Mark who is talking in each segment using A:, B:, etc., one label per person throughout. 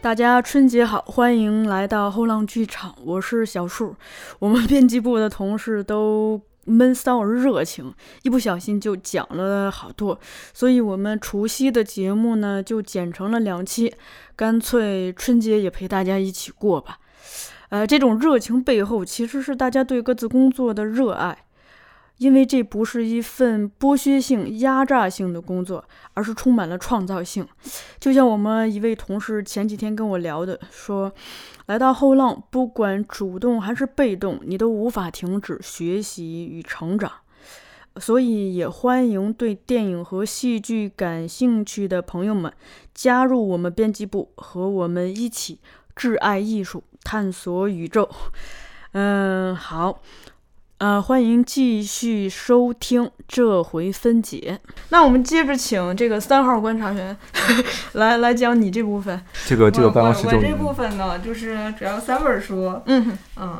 A: 大家春节好，欢迎来到后浪剧场，我是小树。我们编辑部的同事都闷骚而热情，一不小心就讲了好多，所以我们除夕的节目呢就剪成了两期，干脆春节也陪大家一起过吧。呃，这种热情背后其实是大家对各自工作的热爱。因为这不是一份剥削性、压榨性的工作，而是充满了创造性。就像我们一位同事前几天跟我聊的，说，来到后浪，不管主动还是被动，你都无法停止学习与成长。所以也欢迎对电影和戏剧感兴趣的朋友们加入我们编辑部，和我们一起挚爱艺术，探索宇宙。嗯，好。呃，欢迎继续收听这回分解。那我们接着请这个三号观察员来来讲你这部分。
B: 这个这个办公室
C: 我
B: 就
C: 我这部分呢，就是主要三本书，
A: 嗯，
C: 嗯，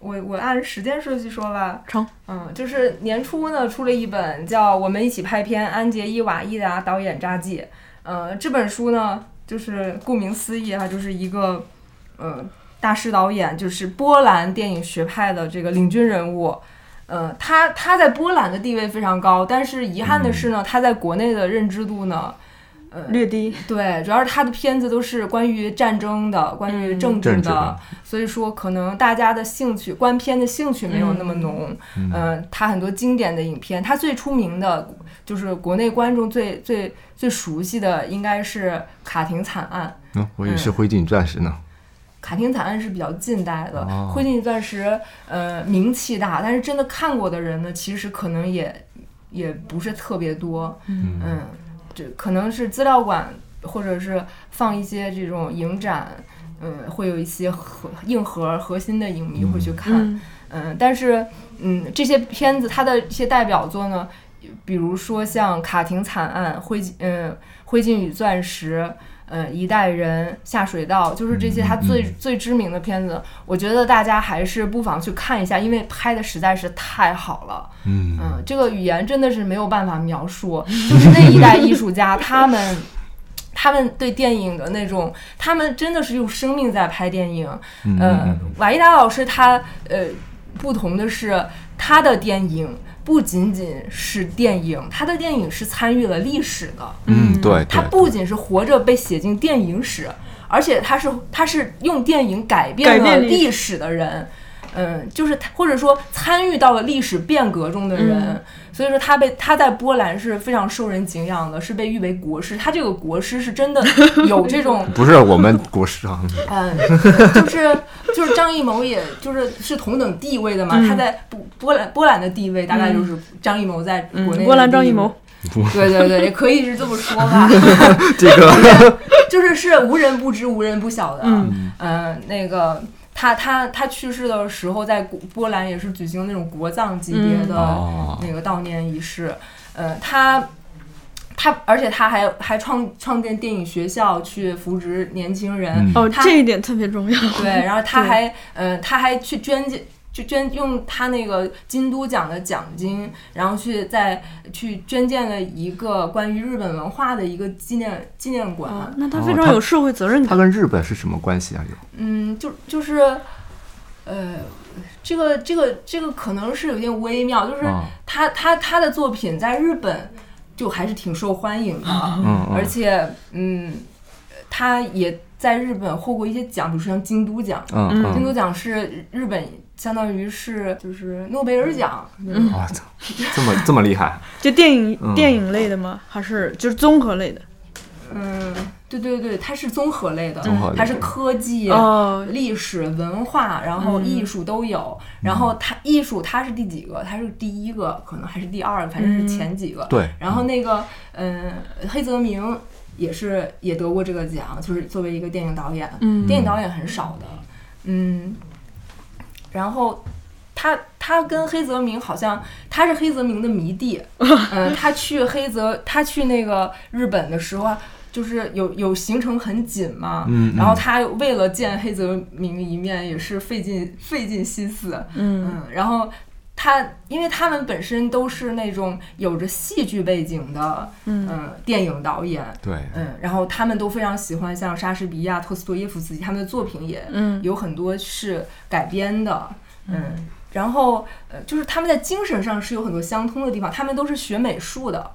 C: 我我按时间顺序说吧，
A: 成，
C: 嗯，就是年初呢出了一本叫《我们一起拍片》，安杰伊瓦伊达导演札记，呃，这本书呢，就是顾名思义哈、就是一个，呃，大师导演，就是波兰电影学派的这个领军人物。呃，他他在波兰的地位非常高，但是遗憾的是
B: 嗯
C: 呢，他在国内的认知度呢，呃，
A: 略低。
C: 对，主要是他的片子都是关于战争的，关于
A: 嗯
C: 政治
B: 政治
C: 的
B: 的，
C: 所以说可能大家的兴趣观片的兴趣没有那么浓。嗯、呃，他很多经典的影片，他最出名的就是国内观众最最最熟悉的应该是《卡廷惨案》。
B: 嗯，我也是灰烬钻石呢。
C: 卡廷惨案是比较近代的，
B: 哦
C: 灰烬钻石呃名气大，但是真的看过的人呢，其实可能也也不是特别多，嗯这可能是资料馆或者是放一些这种影展，嗯，会有一些核硬核核心的影迷会去看，
A: 嗯
C: 嗯，但是嗯，这些片子它的一些代表作呢，比如说像《卡廷惨案》《灰烬》嗯，《灰烬与钻石》嗯，《一代人》《下水道》，就是这些它最、最知名的片子，我觉得大家还是不妨去看一下，因为拍的实在是太好了。
B: 嗯，
C: 嗯，这个语言真的是没有办法描述，就是那一代艺术家他们。他们对电影的那种，他们真的是用生命在拍电影。
B: 嗯
C: 呃，瓦伊达老师他呃不同的是，他的电影不仅仅是电影，他的电影是参与了历史的。
B: 嗯，对，
C: 他
B: 对，
C: 不仅是活着被写进电影史，而且他是他是用电影改
A: 改
C: 变了
A: 变历
C: 历史的人，嗯，就是他或者说参与到了历史变革中的人，
A: 嗯
C: 所以说他被他在波兰是非常受人敬仰的，是被誉为国师。他这个国师是 真的有这种
B: 不是我们国师啊，
C: 嗯，就是就是张艺谋，也就是是同等地位的嘛。
A: 嗯
C: 他在波波兰波兰的地位大概就是张艺谋在
A: 嗯
C: 啊国内、
A: 波兰张艺谋，
C: 对对对，也可以是这么说吧。
B: 这个
C: 就是是无人不知、无人不晓的。
A: 嗯
C: 呃那个他他他去世的时候，在古波兰也是举行那种国葬级
A: 嗯
C: 别的
B: 哦，
C: 那个悼念仪式。呃，他他而且他还还创创建电影学校去扶植年轻
B: 嗯
C: 人。
A: 哦，
C: 他
A: 这一点特别重要。
C: 对，然后他
A: 对
C: 还呃，他还去捐献。就捐用他那个金都奖的奖金，然后去再去捐建了一个关于日本文化的一个纪念纪念馆。
A: 哦，那他
B: 哦
A: 非常
B: 他
A: 有社会责任
B: 他
A: 感。
B: 跟日本是什么关系啊？有
C: 嗯，就就是，呃，这个这个这个可能是有点微妙，就是
B: 啊，
C: 他他他的作品在日本就还是挺受欢迎的，
B: 嗯
C: 而
B: 嗯，
C: 且嗯，他也在日本获过一些奖，比如说像京都奖，
B: 嗯
C: 京
B: 嗯，
C: 都奖是日本相当于是就是诺贝尔奖，
B: 哇，操啊这么这么厉 害，
A: 就电影、
B: 嗯
A: 电影类的吗？还是就是综合类的？
C: 嗯，对对对，它是综合类的，
B: 综合类
C: 它是科技。
A: 哦，
C: 历史文化，然后艺术都有。然后它艺术它是第几个？它是第一个，可能还是第二个，反正是前几个。
B: 对，
C: 然后那个，嗯、黑泽明也是也得过这个奖，就是作为一个电影导演，
A: 嗯
C: 电影导演很少的，嗯。然后他他跟黑泽明好像他是黑泽明的迷弟，嗯，他去黑泽他去那个日本的时候啊。就是有有行程很紧嘛，
B: 嗯嗯
C: 然后他为了见黑泽明一面也是费尽费尽心思，
A: 嗯
C: 嗯，然后他因为他们本身都是那种有着戏剧背景的，嗯、
A: 嗯
C: 呃，电影导演，
B: 对，
C: 嗯，然后他们都非常喜欢像莎士比亚、托斯托耶夫斯基他们的作品也
A: 嗯
C: 有很多是改编的，嗯，然后呃，就是他们在精神上是有很多相通的地方，他们都是学美术的，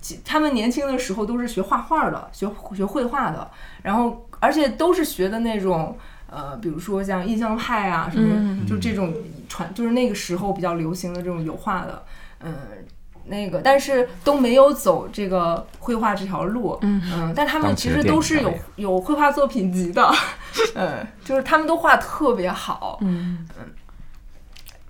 C: 其他们年轻的时候都是学画画的，学学绘画的，然后而且都是学的那种呃，比如说像印象派啊什么，
A: 嗯
C: 就这种传，就是那个时候比较流行的这种油画的，嗯、那个，但是都没有走这个绘画这条路，
A: 嗯
C: 但他们
B: 当
C: 其
B: 时的
C: 实
B: 电
C: 都
B: 影
C: 是有
B: 导演
C: 有绘画作品集的， 嗯，就是他们都画特别好，
A: 嗯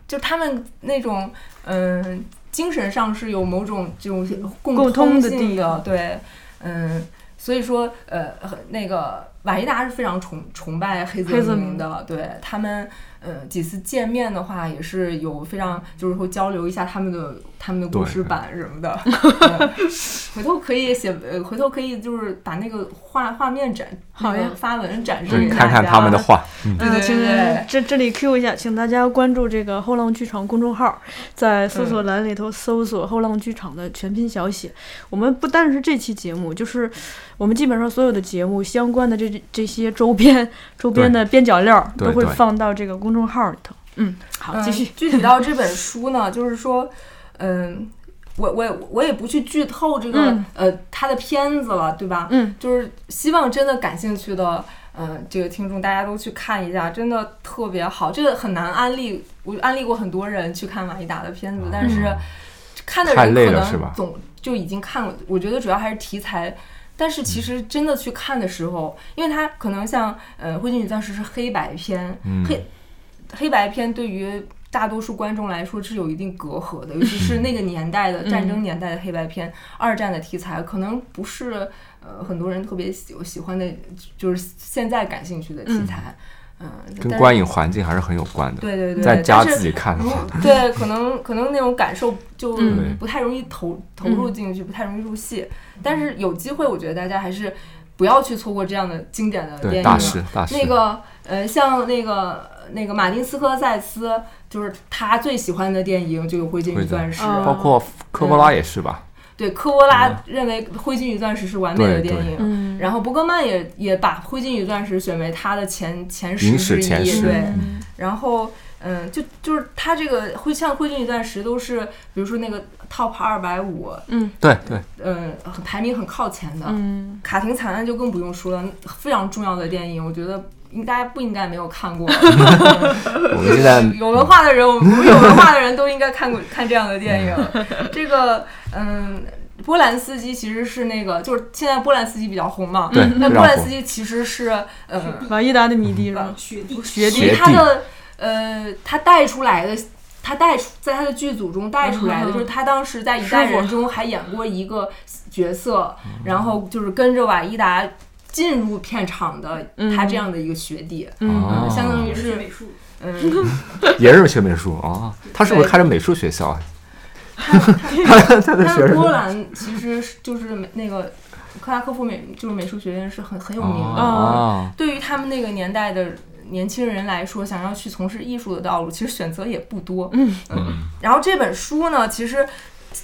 C: 就他们那种嗯、精神上是有某种这种共
A: 共通的
C: 性
A: 地
C: 的，
A: 方
C: 对，嗯，所以说呃很那个瓦伊达是非常崇崇拜黑泽
A: 黑泽
C: 明
A: 明
C: 的，对他们呃几次见面的话也是有非常就是会交流一下他们的他们的故
B: 对
C: 事版什 么的，嗯回头可以写呃回头可以就是把那个画画面展
A: 好呀
C: 那个发文展示
B: 对，
C: 给
B: 看看
C: 大
B: 他们的
C: 家
B: 画，嗯，
C: 对对
A: 啊，请
C: 对
A: 这这里 Q 一下，请大家关注这个后浪剧场公众号，在搜
C: 嗯
A: 索栏里头搜索“后浪剧场”的全拼小写。我们不单是这期节目，就是我们基本上所有的节目相关的这这些周边周边的边角料
B: 对
A: 都会
B: 对
A: 放到这个公众号里头。嗯，好，继续
C: 嗯。。具体到这本书呢，就是说，嗯，我我也我也不去剧透这个、
A: 嗯
C: 呃他的片子了，对吧？
A: 嗯，
C: 就是希望真的感兴趣的，嗯、这个听众大家都去看一下，真的特别好。这个很难安利，我安利过很多人去看瓦伊达的片子，但是
A: 哦
C: 看的
B: 太
C: 人
B: 累
C: 可
B: 了是
C: 能
B: 吧
C: 总就已经看过。我觉得主要还是题材。但是
B: 嗯
C: 其实真的去看的时候，因为它可能像呃《灰烬与钻石》是黑白片，
B: 嗯
C: 黑黑白片对于大多数观众来说是有一定隔阂的，尤其是那个年代的战争年代的黑白片，二战的题材可能不是呃很多人特别喜喜欢的，就是现在感兴趣的题材。嗯，
B: 跟
C: 但
B: 观影环境还是很有关的。
C: 对对对，
B: 在家
C: 但是
B: 自己看的
C: 如
B: 话，
C: 对，可能可能那种感受就
A: 嗯
C: 不太容易投投入进去，不太容易入戏。但是有机会，我觉得大家还是不要去错过这样的经典的电
B: 对
C: 影。
B: 大师大师，
C: 那个呃，像那个那个马丁斯科塞斯，就是他最喜欢的电影就有《灰烬与
B: 会的
C: 钻石》
A: 哦
B: 包括
C: 嗯
B: 科波拉也是吧？
C: 对，科波拉认为《灰烬与钻石》是完美的
B: 嗯对
C: 电
B: 对
C: 影。
A: 嗯，
C: 然后伯格曼也也把《灰烬与钻石》选为他的前前十
B: 影
C: 之
B: 史
C: 一，
B: 前十
C: 对。
A: 嗯
C: 然后，嗯，就就是他这个会像《灰烬与钻石》都是，比如说那个 Top 二百五，
A: 嗯
B: 对 对，
C: 嗯，很排名很靠前的。
A: 嗯，
C: 卡廷惨案就更不用说了，非常重要的电影，我觉得应该不应该没有 看过。嗯
B: 我们现在
C: 有文化的人，我们有文化的人都应该看过 看这样的电影。 这个，嗯，波兰斯基其实是那个，就是现在波兰斯基比较红嘛。
B: 对
C: 但
B: 非
C: 波
B: 常
C: 兰斯
B: 红，
C: 基其实是，呃，
A: 瓦伊达的迷弟是吧
C: 嗯？
D: 学弟
A: 学
B: 学
A: 弟
B: 弟
C: 他的，呃，他带出来的。他带出在他的剧组中带出来的，
A: 嗯
C: 就是他当时在《一代
A: 师傅
C: 人》中还演过一个角色，
B: 嗯
C: 然后就是跟着瓦伊达进入片场的
A: 嗯
C: 他这样的一个学弟，
A: 嗯，
B: 哦
C: 相当于
D: 是
C: 是
D: 美术，
C: 嗯，
B: 也是学美术啊。他是不是
C: 对
B: 开着美术学校啊？ 他的学
C: 但是
B: 生
C: 波兰其实是就是美那个克拉科夫美就是美术学院是很很有名的。
B: 啊，
C: 对于他们那个年代的年轻人来说，想要去从事艺术的道路，其实选择也不多。
A: 嗯
B: 嗯
C: 然后这本书呢，其实。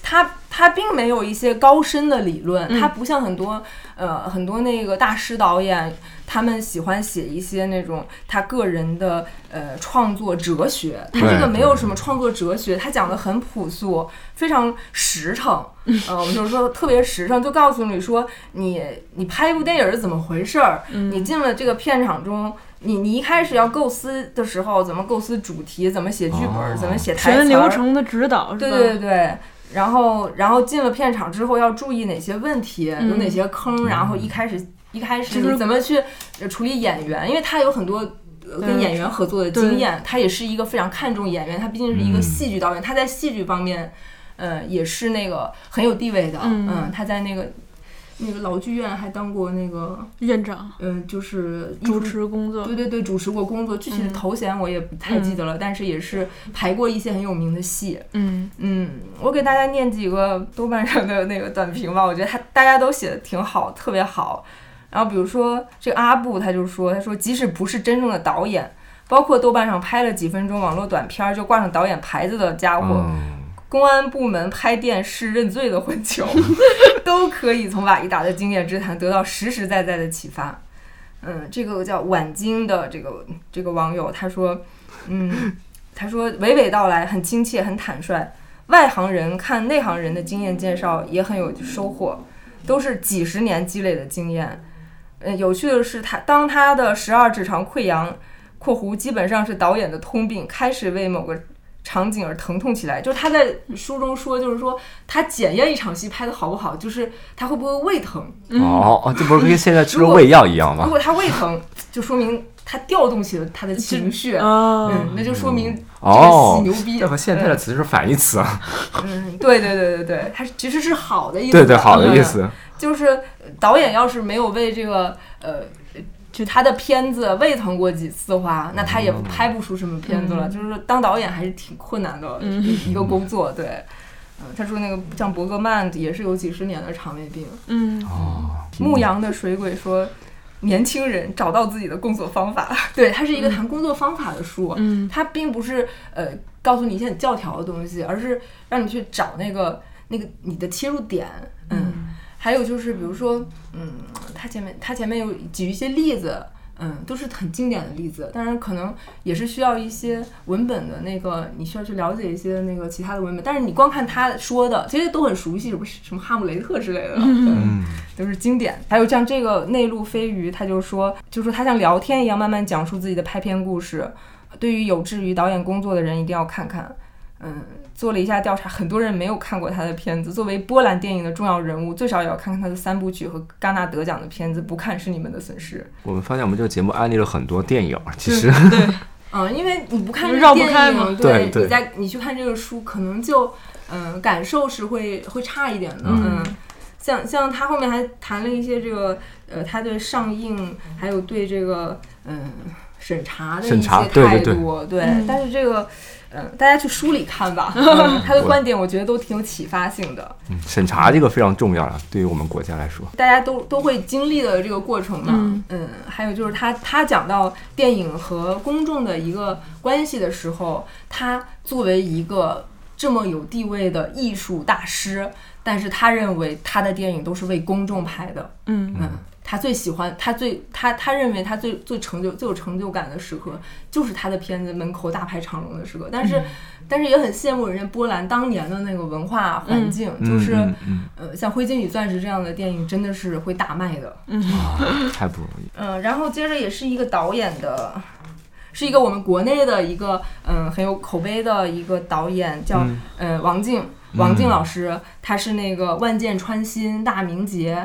C: 它它并没有一些高深的理论，
A: 嗯
C: 它不像很多呃很多那个大师导演，他们喜欢写一些那种他个人的呃创作哲学。他这个
B: 对
C: 没有什么创作哲学，他讲的很朴素，非常实诚。呃，我们就是说特别实诚，就告诉你说你你拍一部电影是怎么回事儿，
A: 嗯
C: 你进了这个片场中。你你一开始要构思的时候，怎么构思主题，怎么写剧本，
B: 哦
C: 怎么写台词儿，
A: 全流程的指导是
C: 对
A: 吧？
C: 对对，然后然后进了片场之后要注意哪些问题，有哪
A: 嗯
C: 些坑，然后一开始一开始
A: 就是
C: 你怎么去呃处理演员，因为他有很多。呃
A: 嗯
C: 跟演员合作的
A: 对
C: 经验，他也是一个非常看重演员，他毕竟是一个
B: 嗯
C: 戏剧导演，他在戏剧方面，呃，也是那个很有地位的，
A: 嗯
C: 他在那个那个老剧院还当过那个，
A: 院长
C: 嗯、就是艺术
A: 主持工作
C: 对。对对，主持过工作，具体的
A: 嗯
C: 头衔我也不太记得了，但是也是排过一些很有名的戏，
A: 嗯
C: 嗯，我给大家念几个豆瓣上的那个短评吧，我觉得他大家都写的挺好，特别好。然后比如说这个阿布，他就说，他说即使不是真正的导演，包括豆瓣上拍了几分钟网络短片儿就挂上导演牌子的家伙，
B: 嗯，
C: 公安部门拍电视认罪的混球，都可以从瓦依达的经验之谈得到实实在在的启发。嗯，这个叫晚金的这个这个网友他说，嗯，他说娓娓道来，很亲切，很坦率。外行人看内行人的经验介绍也很有收获，都是几十年积累的经验。呃，有趣的是他，当他的十二指肠溃疡（括弧基本上是导演的通病）开始为某个场景而疼痛起来，就是他在书中说，就是说他检验一场戏拍的好不好，就是他会不会胃疼。
B: 哦哦，这不是跟现在吃
C: 嗯如果
B: 胃药一样
C: 如
B: 吗？
C: 果他胃疼，就说明他调动起了他的情绪，
A: 啊，
C: 啊嗯，那就说明
B: 哦
C: 这个戏
B: 这
C: 牛逼。
B: 和现在的词是反义词啊，
C: 嗯，对对对对对，它其实是好的意思。
B: 对对，好的意
C: 嗯
B: 思。
C: 就是导演要是没有为这个呃，就他的片子胃疼过几次的话，那他也拍不出什么片子了。就是当导演还是挺困难的一个工作，对。嗯，他说那个像伯格曼也是有几十年的肠胃病。
A: 嗯，
B: 哦，
C: 牧羊的水鬼说，年轻人找到自己的工作方法。 对，它是一个谈工作方法的书。
A: 嗯，
C: 它并不是呃告诉你一些很教条的东西，而是让你去找那个那个你的切入点。嗯，还有就是比如说，嗯，它前面它前面有举一些例子。嗯，都是很经典的例子，当然可能也是需要一些文本的那个，你需要去了解一些那个其他的文本。但是你光看他说的，其实都很熟悉，什么什么哈姆雷特之类的，
B: 嗯，
C: 嗯都是经典。还有像这个内陆飞鱼，他就说，就说他像聊天一样慢慢讲述自己的拍片故事。对于有志于导演工作的人，一定要看看。嗯，做了一下调查，很多人没有看过他的片子。作为波兰电影的重要人物，最少也要看看他的三部曲和戛纳得奖的片子，不看是你们的损失。
B: 我们发现我们这个节目安利了很多电影，其实
C: 嗯，因为你不看这
A: 绕
C: 个
A: 不
C: 电
A: 开嘛
C: 影，
B: 对对
C: 你在你去看这个书，可能就嗯、感受是会会差一点的。嗯，像像他后面还谈了一些这个呃，他对上映还有对这个嗯、审查的一
B: 审
C: 些
B: 查
C: 态度，
B: 对对对
A: 嗯
C: 但是这个。嗯，大家去书里 看吧，嗯他的观点我觉得都挺有启发性的，
B: 嗯审查这个非常重要了，对于我们国家来说，
C: 大家都都会经历的这个过程嘛。
A: 嗯
C: 还有就是他他讲到电影和公众的一个关系的时候，他作为一个这么有地位的艺术大师，但是他认为他的电影都是为公众拍的，
A: 嗯
C: 嗯，他最喜欢，他最他他认为他最最成就最有成就感的时刻，就是他的片子门口大排长龙的时刻。但
A: 嗯
C: 是，但是也很羡慕人家波兰当年的那个文化环境，就是、
B: 嗯嗯
C: 呃，像《灰烬与钻石》这样的电影真的是会大卖的。
B: 嗯，太不容易。
C: 嗯，然后接着也是一个导演的，是一个我们国内的一个嗯很有口碑的一个导演，叫
B: 嗯
C: 呃王静，王
B: 嗯
C: 静老师，他是那个《万箭穿心》《大明劫》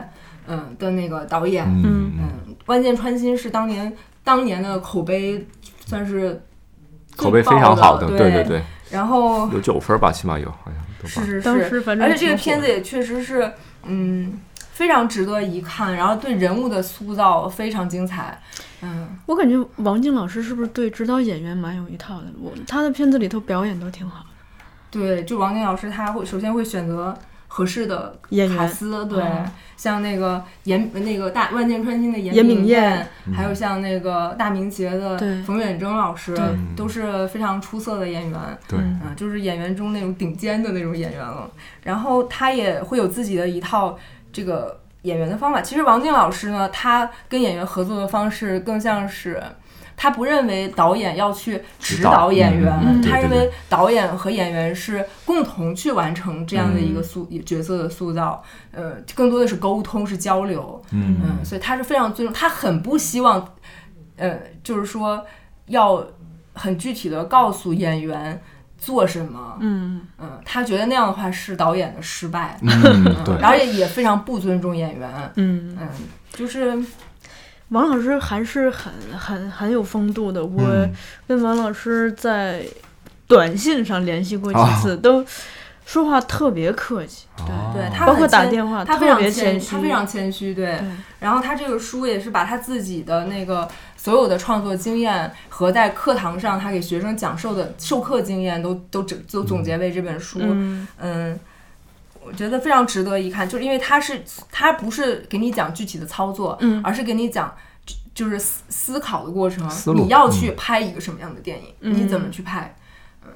C: 嗯的那个导演。
B: 嗯，
C: 嗯，万箭穿心是当年当年的口碑算是最
B: 口碑非
C: 爆
B: 常
C: 的
B: 好的，对
C: 对
B: 对。对，
C: 然后
B: 有九分吧，起码有，好像都
C: 是
B: 吧
C: 是
A: 当
C: 是，
A: 时反正
C: 而且这个
A: 挺
C: 片
A: 火
C: 子也确实是，嗯，非常值得一看，然后对人物的塑造非常精彩，嗯。
A: 我感觉王静老师是不是对指导演员蛮有一套的？我他的片子里头表演都挺好。
C: 对，就王晶老师他会首先会选择合适的
A: 演
C: 卡
A: 员
C: 司，对，
A: 嗯
C: 像那个严那个大万箭穿心的严
A: 严
C: 敏
A: 敏
C: 燕，
B: 嗯
C: 还有像那个大明劫的
A: 对
C: 冯远征老师
A: 对，
C: 都是非常出色的演员。
B: 对
A: 嗯
C: 嗯，就是演员中那种顶尖的那种演员了。然后他也会有自己的一套这个演员的方法。其实王静老师呢，他跟演员合作的方式更像是。他不认为导演要去指
B: 指导
C: 导演员，
A: 嗯
B: 嗯
C: 他
B: 对
C: 认
B: 对
C: 为导演和演员是共同去完成这样的一个
B: 嗯
C: 塑、角色的塑造，呃，更多的是沟通，是交流，嗯，
B: 嗯
C: 所以他是非常尊重，他很不希望，呃，就是说要很具体的告诉演员做什么，
A: 嗯，
C: 嗯，他觉得那样的话是导演的失败，
B: 嗯，对
C: 嗯，然后也也非常不尊重演员，
A: 嗯，
C: 嗯，就是
A: 王老师还是很很很有风度的。我
B: 嗯
A: 跟王老师在短信上联系过几
C: 哦
A: 次，都说话特别客气，
B: 哦
C: 对他
A: 包括
C: 很
A: 打
C: 谦
A: 电话
C: 他非
A: 啊特
C: 常
A: 别谦
C: 谦，他
A: 虚。
C: 非常谦虚，对。
A: 对
C: 然后他这个书也是把他自己的那个所有的创作经验和在课堂上他给学生讲授的授课经验都都整都总结为这本书，
A: 嗯
C: 嗯，我觉得非常值得一看，就是因为它是它不是给你讲具体的操作，
A: 嗯
C: 而是给你讲就就是思思考的过程
B: 思，路
C: 你要去拍一个什么样的电影，
A: 嗯
C: 你怎么去拍？嗯，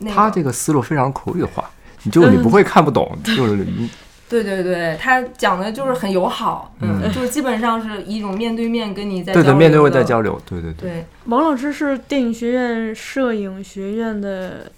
C: 那
B: 他
C: 个
B: 这个思路非常口语化，你就是你不会看不懂，
A: 嗯
B: 就是你
C: 对对对，他讲的就是很友好，嗯，
B: 嗯
C: 就是基本上是一种面对面跟你在
B: 对
C: 交
B: 对
C: 流
B: 面对面
C: 的
B: 在交流，对对对，
C: 对
A: 王老师是电影学院摄影学院的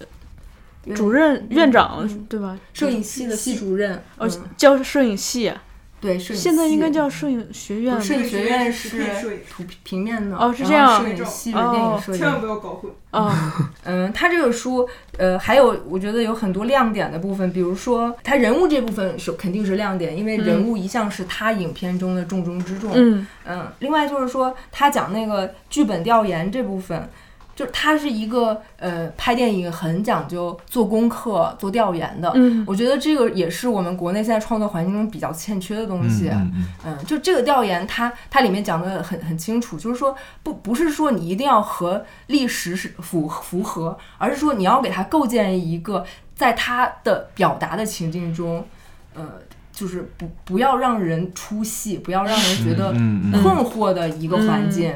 A: 主任
C: 嗯
A: 院长
C: 嗯
A: 对吧？
C: 摄影系的系主任，
A: 哦
C: 嗯，
A: 叫摄影系啊，
C: 对，摄影
A: 现在应该
C: 系嗯
A: 叫摄影学院
C: 不
A: 吧。
C: 摄影学院是
D: 可以摄影
C: 图平面的
A: 哦是
C: 然
A: 这
C: 后
A: 样
C: 摄影系是电影
A: 哦
C: 摄
D: 千万
C: 影。
D: 不要搞混。
A: 啊，
C: 嗯，他这个书，呃，还有我觉得有很多亮点的部分，比如说他人物这部分是肯定是亮点，因为
A: 嗯
C: 人物一向是他影片中的重中之重。
A: 嗯
C: 嗯，另外就是说，他讲那个剧本调研这部分，就是他是一个呃拍电影很讲究做功课、做调研的。
A: 嗯
C: 我觉得这个也是我们国内现在创作环境中比较欠缺的东
B: 嗯
C: 西。
B: 嗯嗯，
C: 嗯，就这个调研它，它里面讲的很很清楚，就是说不不是说你一定要和历史是符符合，而是说你要给它构建一个在它的表达的情境中，呃，就是不不要让人出戏，不要让人觉
A: 呃
C: 得
B: 嗯嗯
C: 困惑的一个环
A: 嗯
C: 境。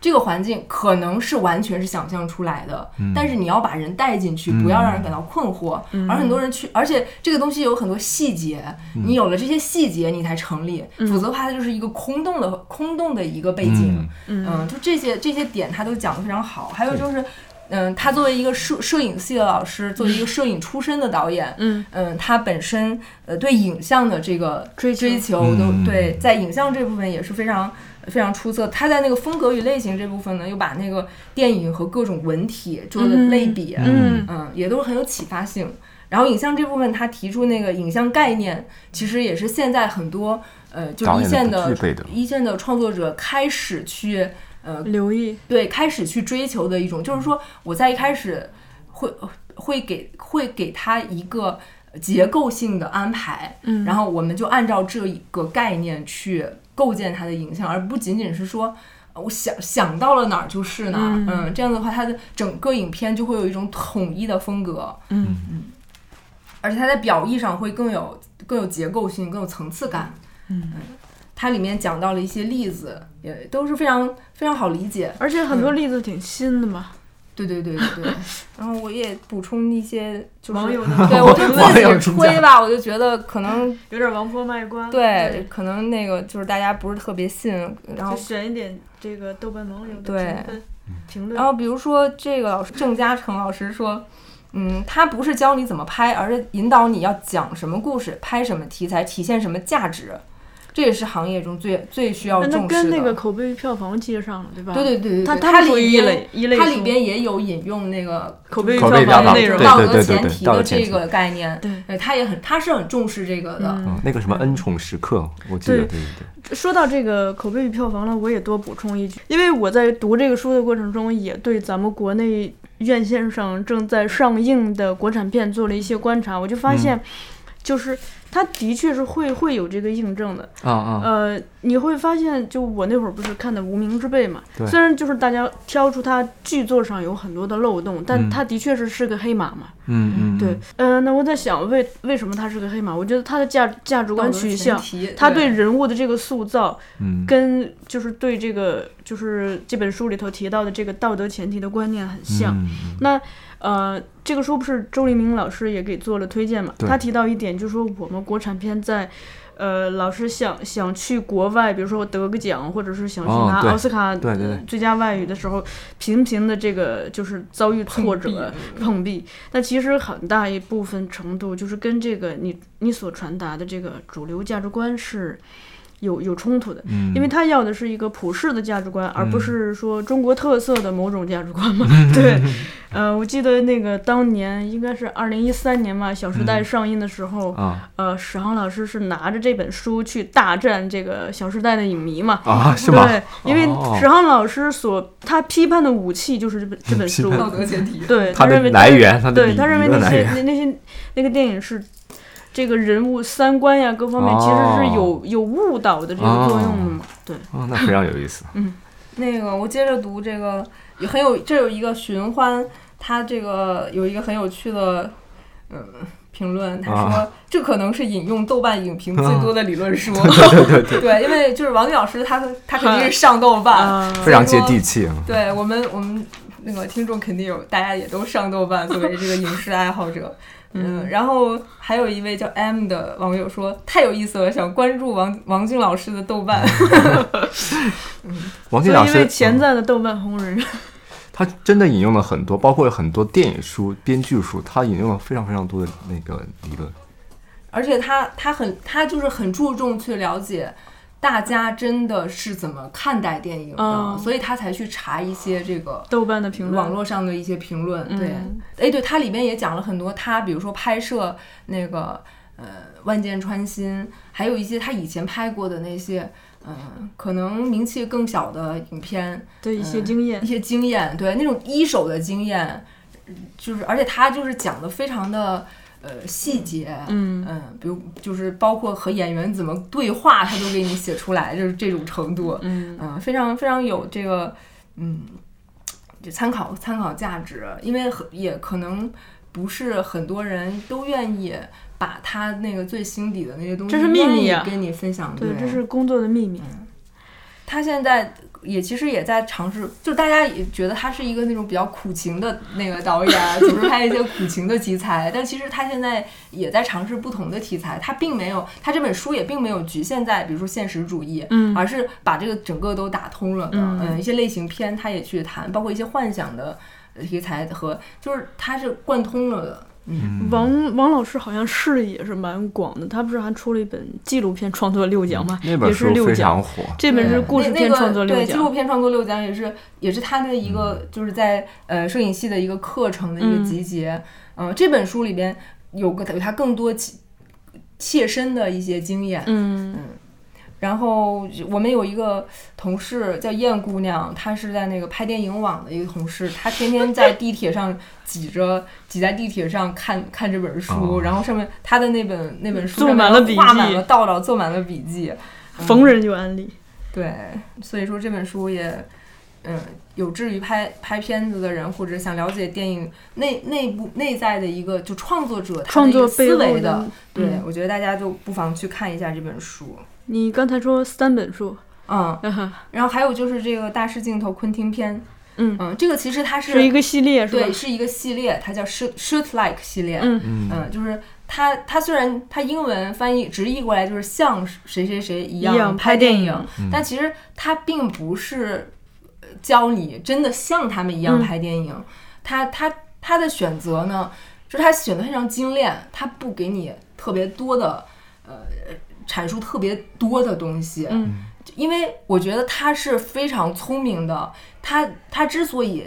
C: 这个环境可能是完全是想象出来的，
B: 嗯
C: 但是你要把人带进去，
B: 嗯
C: 不要让人感到困惑。
A: 嗯
C: 而很多人去，而且这个东西有很多细节，
B: 嗯
C: 你有了这些细节，你才成立，
A: 嗯
C: 否则的话，它就是一个空洞的、空洞的一个背景。
B: 嗯
A: 嗯
C: 嗯，就这些这些点他都讲得非常好。还有就是，嗯，他作为一个摄摄影系的老师，作为一个摄影出身的导演，
A: 嗯
C: 嗯，他本身呃对影像的这个
A: 追
C: 追
A: 求
C: 求都
B: 嗯
C: 对，在影像这部分也是非常呃非常出色。他在那个风格与类型这部分呢，又把那个电影和各种文体做了
A: 嗯
C: 类比，
A: 嗯
C: 嗯，也都很有启发性。然后影像这部分，他提出那个影像概念，其实也是现在很多呃，就
B: 导
C: 是一
B: 演
C: 线
B: 不
C: 的
B: 具备的
C: 一线的创作者开始去呃，
A: 留意
C: 对，开始去追求的一种，就是说我在一开始会会给会给他一个结构性的安排，
A: 嗯
C: 然后我们就按照这一个概念去构建它的影像，而不仅仅是说。呃我想想到了哪儿就是哪儿，
A: 嗯
C: 嗯，这样的话，它的整个影片就会有一种统一的风格，
A: 嗯
C: 而且它在表意上会更有更有结构性、更有层次感。
A: 嗯，
C: 它里面讲到了一些例子，也都是非常非常好理解。
A: 而且很
C: 嗯
A: 多例子挺新的嘛。
C: 对对对对 对，然后我也补充一些就是
A: 网友的啊
C: 对我就
B: 网友
C: 自己
B: 评
C: 吹
B: 价
C: 吧，我就觉得可能
A: 有点王婆卖瓜，
C: 对，可能那个就是大家不是特别信，然后
A: 就选一点这个豆瓣网友的
C: 对哦
A: 评分评
C: 然
A: 论，
C: 后比如说这个老师郑嘉诚老师说，嗯，他不是教你怎么拍，而是引导你要讲什么故事，拍什么题材，体现什么价值，这也是行业中最最需要
A: 那那
C: 哦重视
A: 跟
C: 的。
A: 那个口碑票房接上了，对吧？
C: 对对对对，
A: 它
C: 对
A: 它不属于
C: 里
A: 一
C: 边
A: 类一类
C: 它
A: 书
C: 里边也有引用那个
A: 口碑
B: 口碑
A: 票
B: 票
A: 房
B: 房
A: 内容，
B: 对
C: 道
B: 对
C: 德
B: 对
C: 前
B: 对
C: 提
B: 道
C: 的
B: 德前
C: 这
B: 提
C: 个概念，
A: 对
C: 对，他也很他是很重视这个的，
A: 嗯
B: 嗯，那个什么恩宠时刻，我记得
A: 对
B: 对对对，
A: 说到这个口碑与票房了，我也多补充一句，因为我在读这个书的过程中，也对咱们国内院线上正在上映的国产片做了一些观察，我就
B: 嗯
A: 发现，就是它的确是会会有这个印证的。
B: 啊啊，
A: 呃，你会发现，就我那会儿不是看的《无名之辈》嘛，
B: 对
A: 虽然就是大家挑出它剧作上有很多的漏洞，但
B: 嗯
A: 它的确是是个黑马嘛。
B: 嗯嗯，
A: 对，呃，那我在想为为什么它是个黑马？我觉得它的价价值
C: 道
A: 观
C: 德
A: 取
C: 前
A: 向。
C: 提
A: 它对人物的这个塑造，
B: 嗯，
A: 跟就是对这个就是这本书里头提到的这个道德前提的观念很像。
B: 嗯，嗯
A: 那呃，这个书不是周黎明老师也给做了推荐嘛？
B: 对
A: 他提到一点，就是说我们国产片在。呃，老师想想去国外，比如说得个奖，或者是想去
B: 哦
A: 拿
B: 对
A: 奥斯卡呃
B: 对对对
A: 最佳外语的时候，频频的这个就是遭遇挫
C: 碰壁
A: 折、碰壁。那其实很大一部分程度就是跟这个你你所传达的这个主流价值观是有有冲突的，
B: 嗯
A: 因为他要的是一个普世的价值观，而不
B: 嗯
A: 是说中国特色的某种价值观嘛。 对，呃，我记得那个当年应该是二零一三年吧，《小时代》
B: 嗯
A: 上映的时候，
B: 啊
A: 呃，史航老师是拿着这本书去大战这个《小时代》的影迷嘛。
B: 啊是吗？
A: 对，因为
B: 哦
A: 史航老师所他批判的武器就是这本这本
B: 批
A: 书
B: 判，
C: 道德前提，
A: 对
B: 它
A: 他
B: 的
A: 认为
B: 来源，它的
A: 对
B: 理
A: 他认为
B: 理论
A: 那
B: 来
A: 些
B: 源，
A: 那那些那个电影是这个人物三观呀各方面其实是有、有误导的这个作用的嘛。对，
B: 哦，那非常有 意思，
C: 那个我接着读这个，也很有这有一个寻欢，它这个有一个很有趣的，嗯、评论，他说、
B: 啊
C: 这可能是引用豆瓣影评最多的理 论书。
B: 对对对，
C: 对，因为就是王丽老师他他肯定是上豆
B: 哦
C: 瓣，
A: 啊，
B: 非常接地气啊。
C: 对我们，我们那个听众肯定有，大家也都上豆瓣作为这个影视爱好者。嗯，然后还有一位叫 M 的网友说太有意思了，想关注王王静老师的豆瓣。
A: 所
B: 王静
A: 以
B: 老
A: 因
B: 师嗯
A: 为，潜在的豆瓣红人，
B: 他真的引用了很多，包括很多电影书、编剧书，他引用了非常非常多的那个理论。
C: 而且他他很他就是很注重去了解大家真的是怎么看待电影的，
A: 嗯
C: 所以他才去查一些这个
A: 豆瓣的评论，
C: 网络上的一些评论。对，
A: 嗯
C: 哎、对，它里面也讲了很多，他比如说拍摄那个呃《万箭穿心》，还有一些他以前拍过的那些嗯、呃可能名气更小的影片，
A: 的一些
C: 嗯
A: 经验
C: 一，些经验，对那种一手的经验，就是而且他就是讲的非常的。呃，细节，
A: 嗯
C: 嗯，比如就是包括和演员怎么对话，他都给你写出来，就是这种程度，
A: 嗯
C: 嗯，非常非常有这个嗯，就参考参考价值，因为很也可能不是很多人都愿意把他那个最心底的那些东西，
A: 这是秘密啊
C: 跟你分享。
A: 对，这是工作的秘密。
C: 他现在。也其实也在尝试，就大家也觉得他是一个那种比较苦情的那个导演，啊总是拍一些苦情的题材。但其实他现在也在尝试不同的题材，他并没有，他这本书也并没有局限在比如说现实主义，
A: 嗯
C: 而是把这个整个都打通了的。
A: 嗯
C: 嗯，一些类型片他也去谈，包括一些幻想的呃题材和，就是他是贯通了的。嗯，
B: 嗯，
A: 王王老师好像视野也是蛮广的，他不是还出了一本纪录片创作六奖吗？
B: 嗯那
A: 也
B: 本
A: 是
B: 书
A: 六
B: 非
A: 奖。
B: 常火，
A: 这本是故事片创作六
C: 对嗯那个对纪录
A: 奖，
C: 片创作六奖也是也是他的一个、就是在呃摄影系的一个课程的一个
A: 嗯
C: 集结。嗯、这本书里边有个有他更多切切身的一些经验。
A: 嗯
C: 然后我们有一个同事叫燕姑娘，她是在那个拍电影网的一个同事，她天天在地铁上挤着 挤在地铁上看看这本书，
B: 哦
C: 然后上面她的那本那本书
A: 做
C: 上面
A: 满了笔
C: 画
A: 记
C: 满了道道，做满了笔记。嗯
A: 逢人就安利，
C: 对，所以说这本书也，嗯，有志于拍拍片子的人，或者想了解电影内内部内在的一个就创作者他的
A: 创
C: 一个
A: 作背
C: 思
A: 后
C: 维
A: 的
C: 的，。对、
A: 嗯
C: 我觉得大家就不妨去看一下这本书。
A: 你刚才说三本书，
C: 嗯，
A: 嗯
C: 然后还有就是这个大师镜头昆汀片，
A: 嗯，
C: 嗯，这个其实它是
A: 是一个系列是吧
C: 对，？是一个系列，它叫 shoot shoot like 系列。
A: 嗯
B: 嗯
C: 嗯就是它它虽然它英文翻译直译过来就是像谁谁谁一
A: 一样
C: 拍
A: 拍电
C: 影，
A: 影
B: 嗯
C: 但其实它并不是呃教你真的像他们一样
A: 嗯
C: 拍电影。它它它的选择呢，就是它选的非常精炼，它不给你特别多的呃阐述特别多的东西。
A: 嗯
C: 因为我觉得他是非常聪明的，他他之所以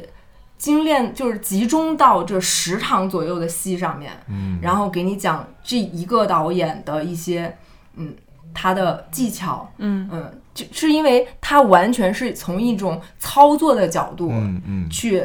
C: 精炼，就是集中到这十场左右的戏上面，
B: 嗯
C: 然后给你讲这一个导演的一些，嗯，他的技巧，
A: 嗯
C: 嗯，就是因为他完全是从一种操作的角度，
B: 嗯嗯，
C: 去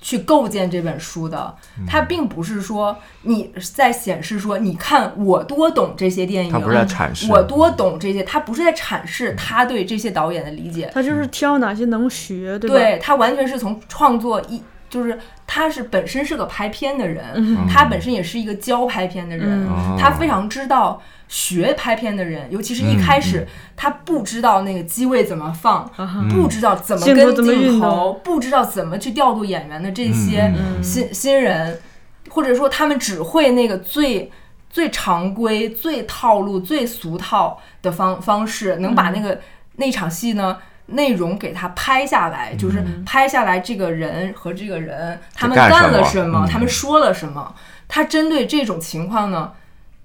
C: 去构建这本书的。它并不是说你在显示说，你看我多懂这些电影，
B: 他不是在阐释
C: 我多懂这些，他不是在阐释他对这些导演的理解，
A: 他
B: 嗯
A: 就是挑哪些能学，对吧？
C: 对他完全是从创作一。就是他是本身是个拍片的人，
A: 嗯
C: 他本身也是一个教拍片的人，
B: 嗯
C: 他非常知道学拍片的人，尤其是一开始、
B: 嗯
C: 他不知道那个机位怎么放，
A: 啊
C: 不知道怎么
A: 镜头
C: 跟
A: 怎么
C: 镜
A: 运
C: 头
A: 动，
C: 不知道怎么去调度演员的这些
B: 嗯嗯
C: 新、新人，或者说他们只会那个最。最常规、最套路、最俗套的方方式，能把那个、
B: 嗯
C: 那场戏呢内容给他拍
B: 嗯
C: 下来，就是拍下来这个人和这个人他们
B: 干什
C: 干了
B: 么
C: 什么，
B: 嗯
C: 他们说了什么。他针对这种情况呢，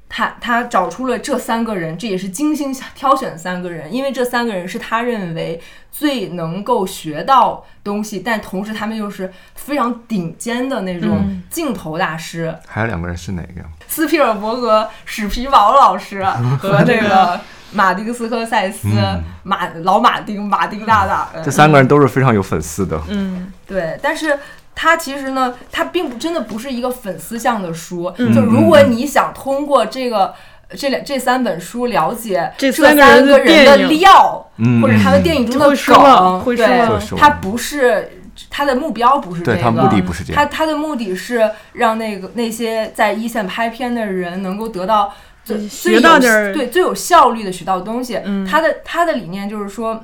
C: 他他找出了这三个人，这也是精心挑选的三个人，因为这三个人是他认为最能够学到东西，但同时他们又是非常顶尖的
B: 嗯
C: 那
A: 嗯
C: 种镜头大师，
B: 还有两个人是哪个呀？
C: 斯皮尔伯格、史皮堡老师和那 个马丁斯科塞斯、
B: 嗯
C: 马老马丁、马丁大大，嗯
B: 这三个人都是非常有粉丝的。
A: 嗯，
C: 对，但是它其实呢，它并不真的不是一个粉丝向的书。
A: 嗯
C: 就如果你想通过这个这两这三本书了解
A: 这
C: 三
A: 三个人的
C: 个人的
A: 电影
C: 料，
B: 嗯
C: 或者他们电影中
A: 就
C: 的
A: 会失望
C: 梗，
A: 会失
C: 对
A: 望
B: 会失，望
C: 它不是他的目标不是这
B: 对
C: 个，
B: 他目的不是这
C: 他
B: 样，
C: 他的目的是让那个那些在一线拍片的人能够得到
A: 嗯
C: 最最
A: 学
C: 有
A: 到点儿
C: 对最有效率的学到东西。
A: 嗯
C: 他的他的理念就是说。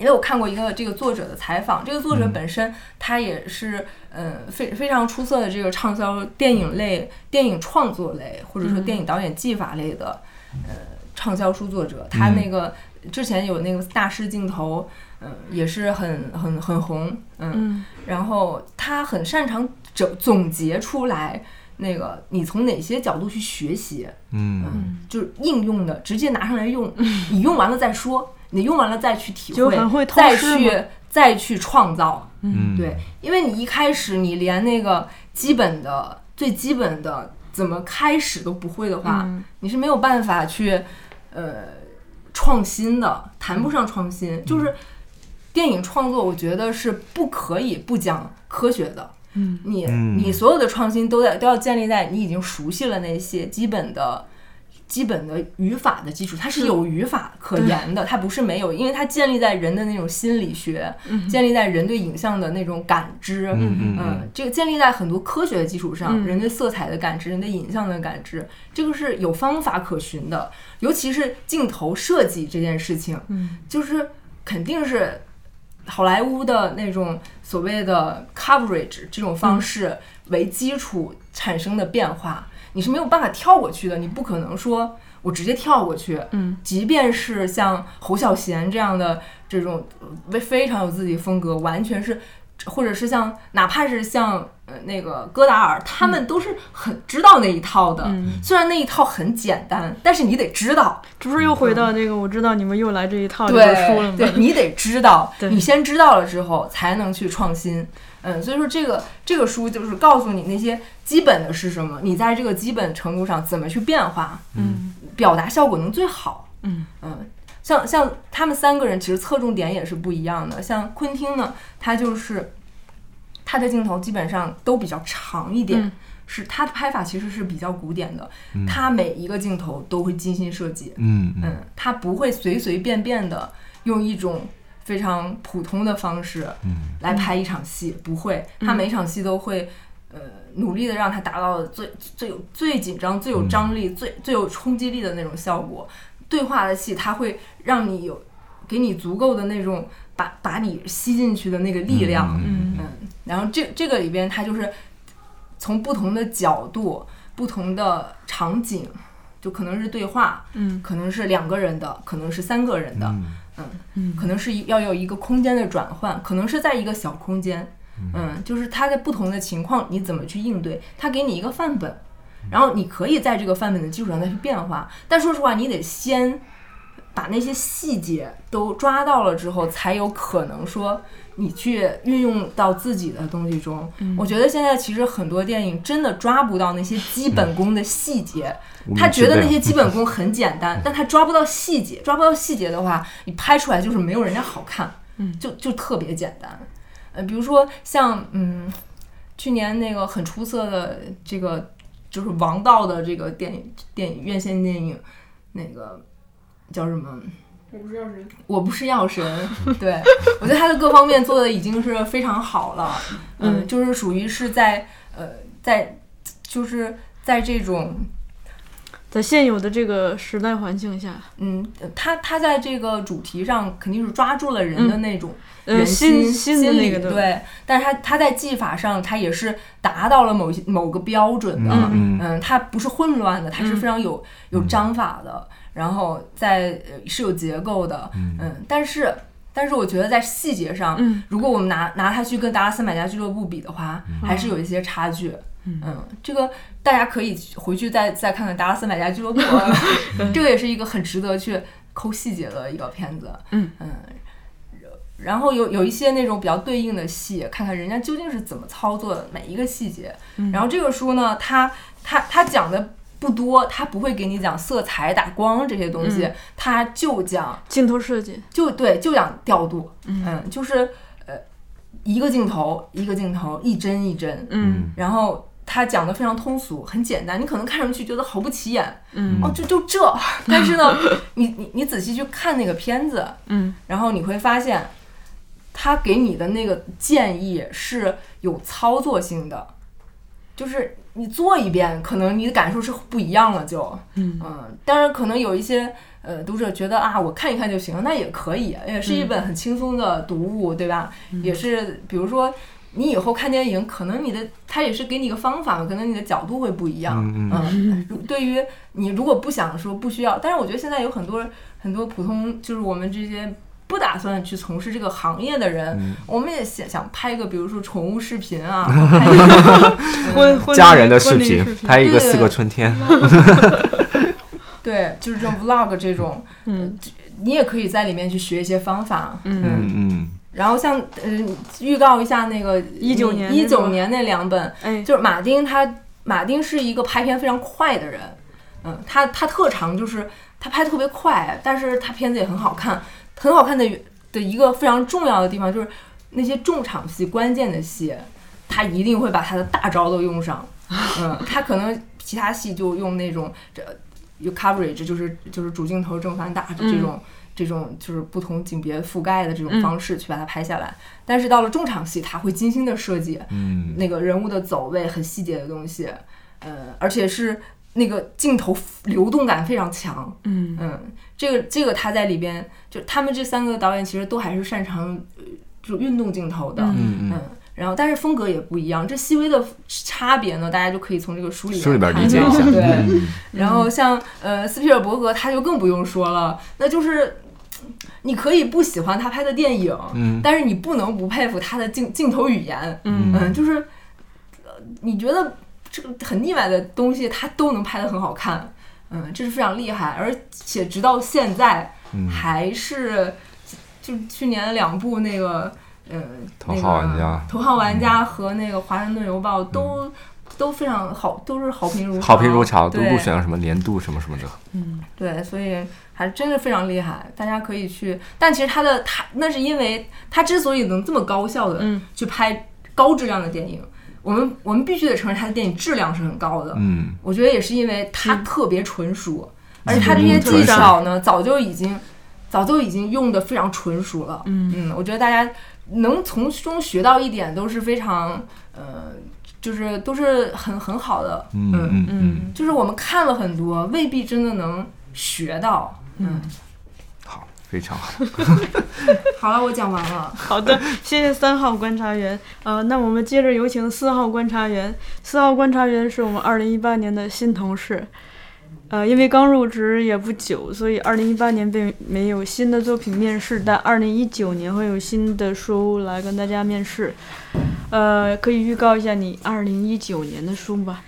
C: 因为我看过一个这个作者的采访，这个作者
B: 嗯
C: 本身他也是，嗯，非非常出色的这个畅销电影类、电影创作类，或者说
A: 嗯
C: 电影导演技法类的，呃，畅销书作者。他那个之前有那个大师镜头，嗯、也是很很很红，嗯
A: 嗯
C: 然后他很擅长总总结出来那个你从哪些角度去学习，
B: 嗯，
C: 就是应用的，直接拿上来用， 你用完了再说，你用完了再去体
A: 就
C: 会
A: 很会，透
C: 再
A: 视
C: 去再去创造。
B: 嗯，
C: 对，因为你一开始你连那个基本的最基本的怎么开始都不会的话，
A: 嗯
C: 你是没有办法去呃创新的，谈不上创新，就是电影创作，我觉得是不可以不讲科学的。
A: 嗯，
C: 你
B: 嗯
C: 你所有的创新都在都要建立在你已经熟悉了那些基本的。基本的语法的基础，它是
A: 是
C: 有语法可
A: 对
C: 言的，它不是没有，因为它建立在人的那种心理学，
A: 嗯
C: 建立在人对影像的那种感知，
B: 嗯嗯
C: 嗯
B: 嗯，
C: 这个建立在很多科学的基础上，
A: 嗯
C: 人对色彩的感知，人对影像的感知，这个是有方法可循的。尤其是镜头设计这件事情，
A: 嗯
C: 就是肯定是好莱坞的那种所谓的 coverage 这种方式为基础产生的变化，你是没有办法跳过去的，你不可能说我直接跳过去，
A: 嗯，
C: 即便是像侯孝贤这样的这种非非常有自己风格，完全是，或者是像哪怕是像呃那个戈达尔，他们都是很知道那一套的。
A: 嗯
C: 虽然那一套很简单，但是你得知道，
A: 这不是又回到这个？我知哦道你们又来这一套这本书了
C: 对
A: 吗？
C: 对，你得知道
A: ，对
C: 你先知道了之后才能去创新。嗯，所以说这个这个书就是告诉你那些基本的是什么，你在这个基本程度上怎么去变化，
A: 嗯
C: 表达效果能最好。
A: 嗯
C: 嗯，像像他们三个人其实侧重点也是不一样的。像昆汀呢，他就是他的镜头基本上都比较长一点，
A: 嗯
C: 是他的拍法其实是比较古典的，
B: 嗯
C: 他每一个镜头都会精心设计，
B: 嗯嗯
C: 嗯，他不会随随便便的用一种非常普通的方式
B: 嗯
C: 来拍一场戏，不会，他每一场戏都会。呃，努力的让他达到最最有最紧张、最有
B: 嗯
C: 张力、最最有冲击力的那种效果。对话的戏，它会让你有给你足够的那种把把你吸进去的那个力量。
B: 嗯
C: 嗯，然后这这个里边，它就是从不同的角度、不同的场景，就可能是对话，
A: 嗯
C: 可能是两个人的，可能是三个人的，
B: 嗯
A: 嗯
C: 可能是一要有一个空间的转换，可能是在一个小空间，嗯，就是它在不同的情况你怎么去应对，它给你一个范本，然后你可以在这个范本的基础上再去变化，但说实话，你得先把那些细节都抓到了之后，才有可能说你去运用到自己的东西中。我觉得现在其实很多电影真的抓不到那些基本功的细节，
B: 嗯
C: 他觉得那
B: 无名之辈
C: 些基本功很简单，但他抓不到细节，抓不到细节的话，你拍出来就是没有人家好看，
A: 嗯
C: 就就特别简单。呃，比如说像嗯，去年那个很出色的这个就是王道的这个电影电影院线电影，那个叫什么？我不是药神， 对我觉得他的各方面做的已经是非常好了，嗯，
A: 嗯
C: 就是属于是在呃在就是在这种
A: 在现有的这个时代环境下，
C: 嗯，呃他他在这个主题上肯定是抓住了人的那种
A: 呃，
C: 人
A: 新
C: 心、
A: 新的那
C: 理
A: 个
C: 对，但是他他在技法上他也是达到了某些某个标准的，
B: 嗯嗯
C: 嗯，它不是混乱的，它
A: 嗯
C: 是非常有、有章法的，然后在呃是有结构的，
B: 嗯
C: 但是但是我觉得在细节上，
A: 嗯
C: 如果我们拿拿它去跟达拉斯买家俱乐部比的话，
B: 嗯
C: 还是有一些差距。嗯这个大家可以回去再再看看《达拉斯买家俱乐部》， 这个也是一个很值得去抠细节的一个片子。
A: 嗯
C: 然后有有一些那种比较对应的戏，看看人家究竟是怎么操作的每一个细节。然后这个书呢，它它它讲的不多，它不会给你讲色彩、打光这些东西，它就讲
A: 镜头设计，
C: 就对就讲调度，嗯就是呃一个镜头一个镜头一帧一帧，
A: 嗯
B: 嗯
C: 然后它讲的非常通俗，很简单，你可能看上去觉得毫不起眼，
A: 嗯
C: 哦就就这， 但是呢，你你你仔细去看那个片子，
A: 嗯
C: 然后你会发现，他给你的那个建议是有操作性的，就是你做一遍，可能你的感受是不一样了就，
A: 嗯
C: 嗯，当然可能有一些呃读者觉得啊，我看一看就行，那也可以，也是
B: 嗯
C: 一本很轻松的读物，对吧？也是比如说你以后看电影，可能你的它也是给你一个方法，可能你的角度会不一样。
B: 嗯嗯
C: 嗯，如对于你如果不想说不需要，但是我觉得现在有很多很多普通就是我们这些不打算去从事这个行业的人，
B: 嗯
C: 我们也想想拍个比如说宠物视 频啊，拍一个
A: 婚婚
B: 家人的
A: 婚
B: 视
A: 礼
B: 频
A: 视频，
B: 拍一个
C: 对
B: 四个春天，
C: 对，就是这种 vlog 这种，
A: 嗯
C: 你也可以在里面去学一些方法。
A: 嗯
B: 嗯嗯，
C: 然后像嗯、预告一下那个
A: 19年
C: 一
A: 是吧
C: 九年那两本，
A: 哎
C: 就是马丁他马丁是一个拍片非常快的人，嗯，他他特长就是他拍得特别快，但是他片子也很好看，很好看的的一个非常重要的地方就是那些重场戏、关键的戏，他一定会把他的大招都用 上，嗯，他可能其他戏就用那种这有 coverage，就是就是主镜头正反打就这种。这种就是不同景别覆盖的这种
A: 嗯
C: 方式去把它拍下来，但是到了重场戏，他会精心的设计，
B: 嗯，
C: 那个人物的走位很细节的东西，呃，而且是那个镜头流动感非常强，
A: 嗯
C: 嗯，这个这个他在里边，就他们这三个导演其实都还是擅长呃就运动镜头的，
A: 嗯
B: 嗯
C: 嗯然后但是风格也不一样，这细微的差别呢，大家就可以从这个书里
B: 嗯，书里边
C: 看
B: 理解
C: 到
B: 一下，
C: 对，
B: 嗯
C: 然后像呃斯皮尔伯格他就更不用说了，那就是。你可以不喜欢他拍的电影，
B: 嗯
C: 但是你不能不佩服他的镜镜头语言，
A: 嗯
C: 嗯，就是，呃你觉得这个很腻歪的东西，它都能拍得很好看，嗯，这是非常厉害，而且直到现在
B: 嗯，
C: 还是，就去年两部那个，呃，
B: 头号玩家嗯
C: 那个头号玩家和那个《华盛顿邮报》都、都非常好，都是好评如
B: 好评如潮，都
C: 对
B: 入选了什么年度什么什么的，
A: 嗯
C: 对，所以还真是非常厉害，大家可以去。但其实他的他那是因为他之所以能这么高效的
A: 嗯
C: 去拍高质量的电影，我们我们必须得承认他的电影质量是很高的。
B: 嗯
C: 我觉得也是因为他
A: 嗯
C: 特别纯熟，而且他这些
B: 嗯
C: 技
B: 纯熟
C: 巧呢，早就已经早就已经用的非常纯熟了。
A: 嗯
C: 嗯，我觉得大家能从中学到一点都是非常呃，就是都是很很好的。
B: 嗯嗯嗯，
C: 就是我们看了很多，未必真的能学到。嗯，
B: 好，非常好，
C: 好了，我讲完了。
A: 好的，谢谢三号观察员。呃，那我们接着有请四号观察员。四号观察员是我们二零一八年的新同事，呃，因为刚入职也不久，所以二零一八年并没有新的作品面试，但二零一九年会有新的书来跟大家面试。呃，可以预告一下你二零一九年的书吧。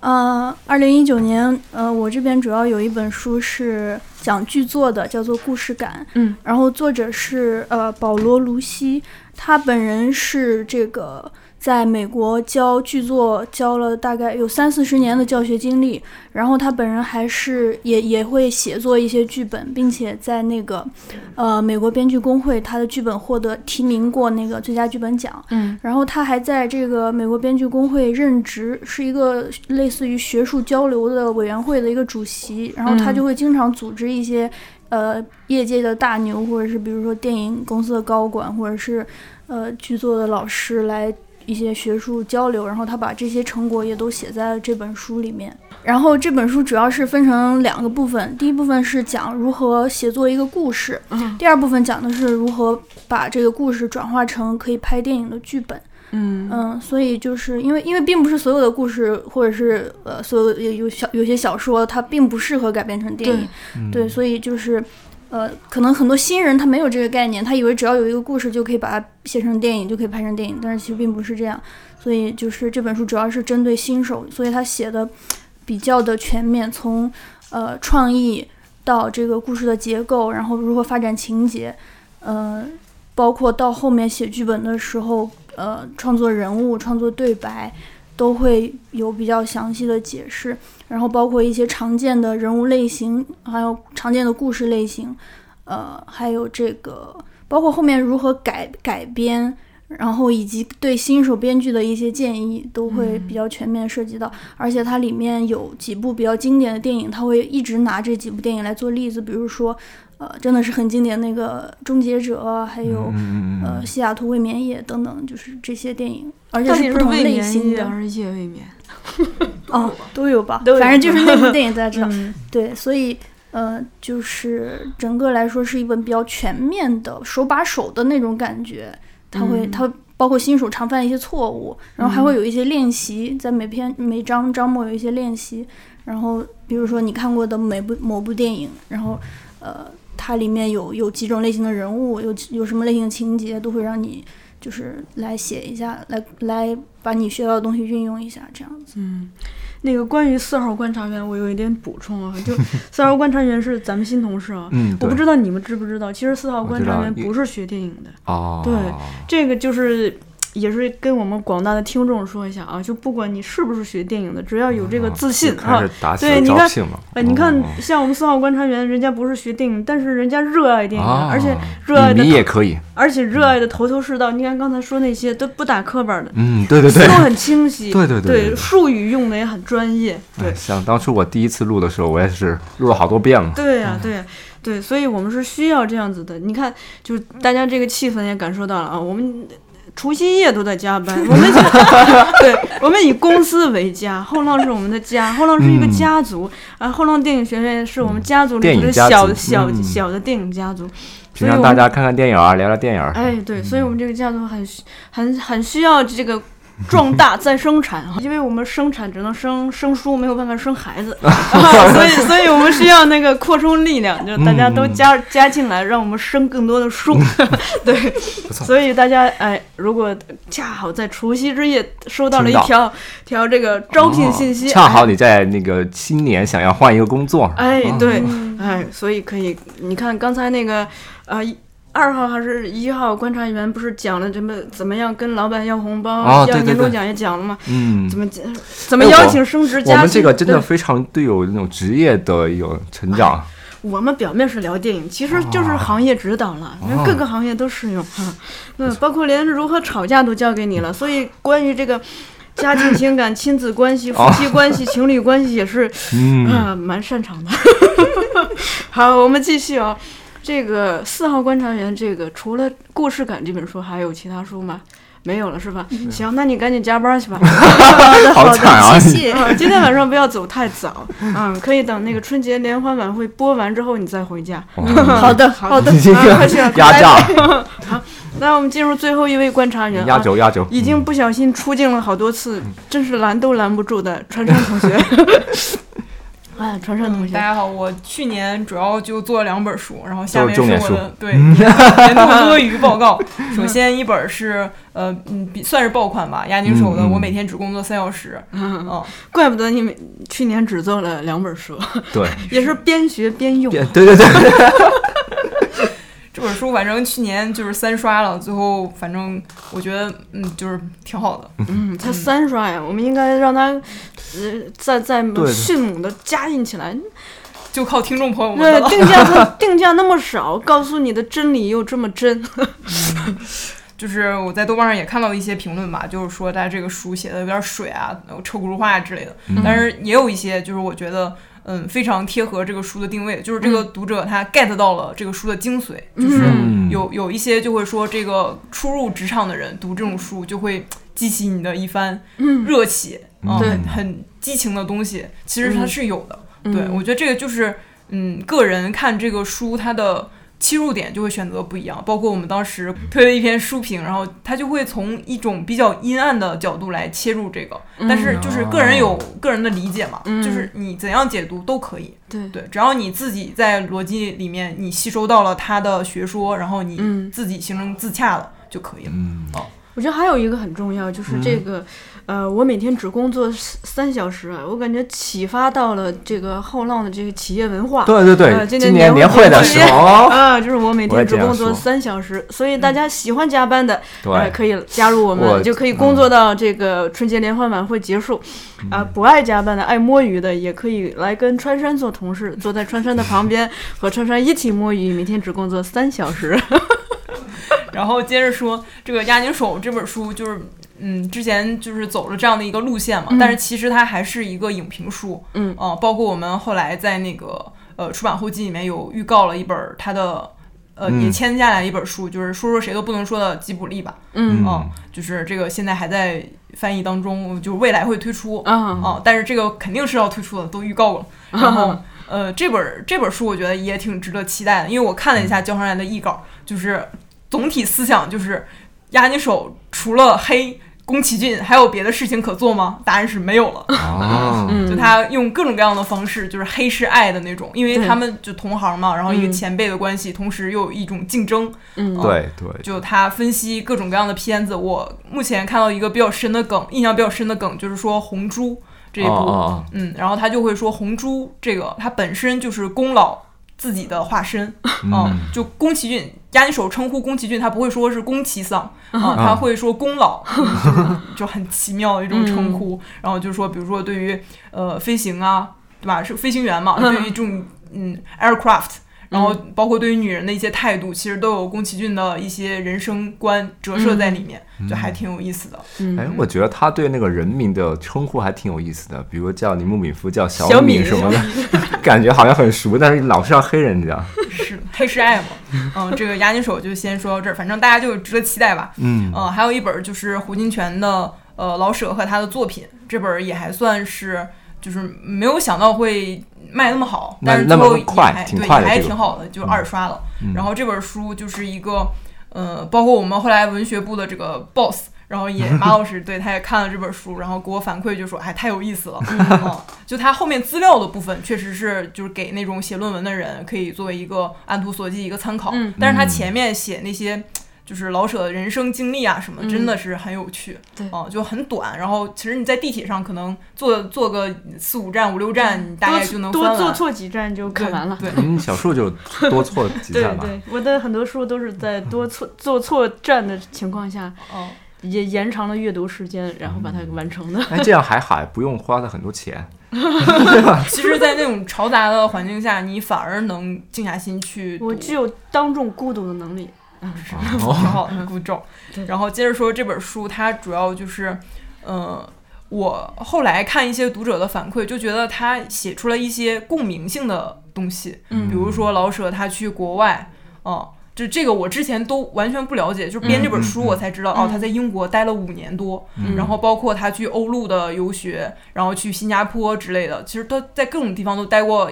D: 呃，二零一九年，呃，我这边主要有一本书是讲剧作的，叫做《故事感》。
A: 嗯，
D: 然后作者是呃保罗·卢西，他本人是这个在美国教剧作教了大概有三四十年的教学经历，然后他本人还是也也会写作一些剧本，并且在那个呃美国编剧工会，他的剧本获得提名过那个最佳剧本奖。
A: 嗯
D: 然后他还在这个美国编剧工会任职，是一个类似于学术交流的委员会的一个主席。然后他
A: 嗯
D: 就会经常组织一些，呃，业界的大牛，或者是比如说电影公司的高管，或者是呃剧作的老师来一些学术交流。然后他把这些成果也都写在了这本书里面。然后这本书主要是分成两个部分，第一部分是讲如何写作一个故事，
A: 嗯
D: 第二部分讲的是如何把这个故事转化成可以拍电影的剧本。
A: 嗯
D: 嗯，所以就是因为因为并不是所有的故事或者是呃所有有有小有些小说它并不适合改编成电影，
B: 嗯
D: 对，所以就是呃可能很多新人他没有这个概念，他以为只要有一个故事就可以把它写成电影，就可以拍成电影，但是其实并不是这样。所以就是这本书主要是针对新手，所以他写的比较的全面，从呃创意到这个故事的结构，然后如何发展情节，呃，包括到后面写剧本的时候，呃，创作人物、创作对白，都会有比较详细的解释。然后包括一些常见的人物类型，还有常见的故事类型，呃，还有这个包括后面如何改改编，然后以及对新手编剧的一些建议，都会比较全面涉及到。而且它里面有几部比较经典的电影，它会一直拿这几部电影来做例子，比如说呃，真的是很经典那个《终结者》，还有、
B: 嗯嗯嗯
D: 呃《
B: 嗯，
D: 西雅图未眠夜》等等，就是这些电影，而且
A: 到
D: 是
A: 底
D: 不
A: 是
D: 同
A: 未
D: 类
A: 眠
D: 型
A: 夜嗯
D: 的
A: 还是夜未眠？
D: 哦，都有吧，
A: 都有
D: 反正就是那部电影大 家知道。
A: 嗯
D: 对，所以呃，就是整个来说是一本比较全面的、手把手的那种感觉。它会，
A: 嗯
D: 它包括新手常犯一些错误，然后还会有一些练习，在每篇每章章末有一些练习。然后比如说你看过的每部某部电影，然后呃，它里面有有几种类型的人物，有有什么类型的情节，都会让你。就是来写一下，来来把你学到的东西运用一下，这样子。
A: 嗯，那个关于四号观察员，我有一点补充啊， 就四号观察员是咱们新同事啊，
B: 嗯，
A: 我不
B: 对
A: 知道你们知不知道，其实四号
B: 我
A: 观
B: 知
A: 察
B: 道
A: 员
B: 因
A: 不是学电影的，
B: 哦，
A: 对这个就是。也是跟我们广大的听众说一下啊，就不管你是不是学电影的，只要有这个
B: 啊
A: 自信
B: 就
A: 啊
B: 开始，打起
A: 对
B: 了
A: 你
B: 招
A: 看
B: 聘了。
A: 哎，你看
B: 哦，
A: 像我们四号观察员，人家不是学电影，但是人家热爱电影，
B: 啊，
A: 而且热爱的
B: 你，也可以，
A: 而且热爱的头头是道。你看刚才说那些都不打磕巴的，
B: 嗯，对对
A: 思
B: 对
A: 路。很清晰，
B: 对对对对对
A: 术语用的也很专业，对
B: 哎，想当初我第一次录的时候，我也是录了好多遍了。
A: 对呀、对呀、对，所以我们是需要这样子的。你看，就是大家这个气氛也感受到了啊，我们。除夕夜都在加班，我 们以对，我们以公司为家，后浪是我们的家，后浪是一个
B: 嗯
A: 家族，啊，后浪电影学院是我们家族里
B: 电影
A: 头的
B: 家
A: 小
B: 族
A: 小
B: 嗯
A: 小的电影家族，所
B: 平
A: 以我
B: 常
A: 们
B: 大家看看电影啊，聊聊电影。
A: 哎，对，所以我们这个家族很需很很需要这个壮 大再生产啊，因为我们生产只能生生疏，没有办法生孩 子，啊、所以所以我们需要那个扩充力量，就是大家都
B: 嗯嗯嗯
A: 加、加进来，让我们生更多的树。 对，所以大家哎，如果恰好在除夕之夜收到了一
B: 听到
A: 条条这个招聘信息，
B: 哦恰
A: 哎
B: 好你在那个新年想要换一个工作，
A: 哎
B: 啊，
A: 对，哎，所以可以，你看刚才那个，呃，一二号还是一号观察员不是讲了怎么怎么样跟老板要红包，要
B: 哦对对
A: 年终
B: 对
A: 奖也讲了嘛，
B: 嗯
A: 怎，么怎么
B: 哎
A: 邀
B: 我
A: 请升职加薪、
B: 我们这个真的
A: 对，
B: 非常对有那种职业的有成长。
A: 我们表面是聊电影，其实
B: 啊
A: 就是行业指导了，那、各个行业都适用哈、那包括连如何吵架都教给你了，所以关于这个。家庭情感、亲子关系、
B: 啊
A: 夫妻 关系、情侣关系也是
B: 嗯，
A: 啊，蛮擅长的。 好，我们继续啊、这个四号观察员，这个除了《故事感》这本书，还有其他书吗？没有了是吧？行，那你赶紧加班去吧。
B: 好惨啊！
D: 谢谢。
A: 嗯今天晚上不要走太早，嗯，可以等那个春节联欢晚会播完之后你再回家。
D: 好的，
A: 好的，
B: 嗯 你这
A: 啊快
B: 个
A: 去啊
B: 压。
A: 拜
B: 榨
A: 拜好，那我们进入最后一位观察员
B: 压嗯
A: 啊，
B: 轴压轴，
A: 已经不小心出镜了好多次，真是拦都拦不住的川川同学。 啊，川川同
E: 嗯，
A: 学
E: 大，家好，我去年主要就做了两本书，然后下面
B: 都是重点
E: 我
B: 书
E: 的 对年度阿语报告。首先一本是呃嗯比算是爆款吧，押金手的，
B: 嗯嗯
E: 我每天只工作三小时。
A: 嗯，
E: 嗯，
A: 怪不得你每去年只做了两本 书，
B: 对，
A: 也是边学边用。
B: 对对对，
E: 这本书反正去年就是三刷了，最后反正我觉得嗯就是挺好的。
A: 嗯，才三刷呀，我们应该让他，呃，再再
B: 对
A: 迅猛的加印起来。
E: 就靠听众朋友们
A: 对，
E: 的了，
A: 定价它 定价那么少，告诉你的真理又这么 真。
E: 就是我在豆瓣上也看到一些评论吧，就是说他这个书写的有点水啊、呃臭轱辘话之类的，但是也有一些就是我觉得。嗯，非常贴合这个书的定位，就是这个读者他 get 到了这个书的精髓，就是
B: 嗯
E: 有有一些就会说，这个初入职场的人读这种书就会激起你的一番
A: 嗯，
E: 热血，啊，
B: 对
E: 很激情的东西，其实它
A: 嗯
E: 是有的。
A: 嗯
E: 对，我觉得这个就是，嗯，个人看这个书，它的切入点就会选择不一样。包括我们当时
A: 嗯
E: 推了一篇书评，然后他就会从一种比较阴暗的角度来切入这个，但是就是个人有个人的理解嘛，
A: 哦嗯
E: 就是你怎样解读都可以。
A: 对，
E: 对，只要你自己在逻辑里面你吸收到了他的学说，然后
A: 嗯
E: 你自己形成自洽了就可以了。
B: 嗯
A: 我觉得还有一个很重要，就是这个，呃，我每天只工作三小时啊，我感觉启发到了这个后浪的这个企业文化。
B: 对对
A: 呃
B: 对，
A: 今
B: 今
A: 年年
B: 年年
A: 会
B: 会的时候，
A: 啊，就是我每
B: 我也
A: 天只
B: 这样
A: 工作
B: 说嗯
A: 三小时，所以大家喜欢加班的，哎，
B: 哦对，
A: 可以加入我们，
B: 我嗯
A: 就可以工作到这个春节联欢晚会结束。啊，不爱加班的、爱摸鱼的，也可以来跟川山做同事，坐在川山的旁 边，和川山一起摸鱼，每天只工作三小时。
E: 然后接着说这个《押井守》这本书，就是嗯，之前就是走了这样的一个路线嘛，但是其实它还是一个影评书，
A: 嗯
E: 呃包括我们后来在那个呃出版后记里面有预告了一本他的。呃，也
B: 嗯
E: 签下来一本书，就是说说谁都不能说的吉卜力吧，
A: 嗯
E: 哦，就是这个现在还在翻译当中，就是未来会推出，
B: 嗯
A: 啊，
E: 哦，但是这个肯定是要推出的，都预告过了。然
A: 嗯
E: 后，呃，这本儿这本儿书我觉得也挺值得期待的，因为我看了
A: 嗯
E: 一下交上来的译稿，就是总体思想就是，押金手除了黑宫崎骏，还有别的事情可做吗？答案是没有了。
B: 啊，
A: 嗯，
E: 就他用各种各样的方式，就是黑是爱的那种，因为
A: 对
E: 他们就同行嘛，然后一个
A: 嗯
E: 前辈的关系，同时又有一种竞争，
A: 嗯，
B: 对对，
E: 就他分析各种各样的片子，我目前看到一个比较深的梗，印象比较深的梗就是说《红猪》这一部，
B: 啊
E: 嗯，然后他就会说《红猪》这个它本身就是宫老自己的化身，
B: 嗯
E: 嗯，就宫崎骏，押你手称呼宫崎骏，他不会说是宫崎桑啊，他会说宫老，嗯就是 就很奇妙的一种称呼。然后就说，比如说对于呃飞行啊，对吧？是飞行员嘛？对于这种嗯 aircraft。然后包括对于女人的一些态度，其实都有宫崎骏的一些人生观折射在里面，就还挺有意思的。
A: 嗯
B: 哎，我觉得他对那个人名的称呼还挺有意思的，比如叫尼木敏夫，叫小
A: 小
B: 敏
A: 敏
B: 什么的， 感觉好像很熟，但是老是要黑人家。
E: 是黑是爱嘛？嗯，这个押金手就先说到这儿，反正大家就值得期待吧。
B: 嗯
E: 呃，还有一本儿就是胡金铨的呃老舍和他的作品，这本儿也还算是就是没有想到会卖那么好，
B: 卖
E: 但是
B: 那
E: 最
B: 么
E: 后也
B: 快
E: 还
B: 挺
E: 对也
B: 快的
E: 还
B: 这个
E: 挺好的，就二刷了。
B: 嗯
E: 然后这本书就是一个呃，包括我们后来文学部的这个 boss。然后也马老师对他也看了这本书，然后给我反馈就说，哎，太有意思了。嗯，就他后面资料的部分，确实是就是给那种写论文的人可以作为一个按图索骥一个参考。
A: 嗯
E: 但是他
B: 嗯
E: 前面写那些就是老舍的人生经历啊什么，
A: 嗯
E: 真的是很有趣。
A: 对
E: 哦、就很短。然后其实你在地铁上可能坐坐个四五站、五六站，你大概就
A: 嗯
E: 能翻
A: 多
E: 完
A: 坐错几站就看完了。
E: 对，对
B: 嗯，小树就多错几
A: 对
B: 下吧。
A: 对，我的很多书都是在
B: 嗯
A: 多错坐错站的情况下，
E: 哦，
A: 也延长了阅读时间，然后把它完成的。
B: 哎，这样还好，不用花的很多钱。
E: 其实，在那种嘈杂的环境下，你反而能静下心去读。
A: 我具有当众孤独的能力。
E: 挺好的步骤
A: 对。
E: 然后接着说这本书，它主要就是，呃，我后来看一些读者的反馈，就觉得他写出了一些共鸣性的东西，
A: 嗯
E: 比如说老舍他去国外，哦、就这个我之前都完全不了解，就编这本
B: 嗯
E: 书
B: 嗯
E: 我才知道，哦，他在英国待了五年多，
B: 嗯
E: 然后包括他去欧陆的游学，然后去新加坡之类的，其实他在各种地方都待过，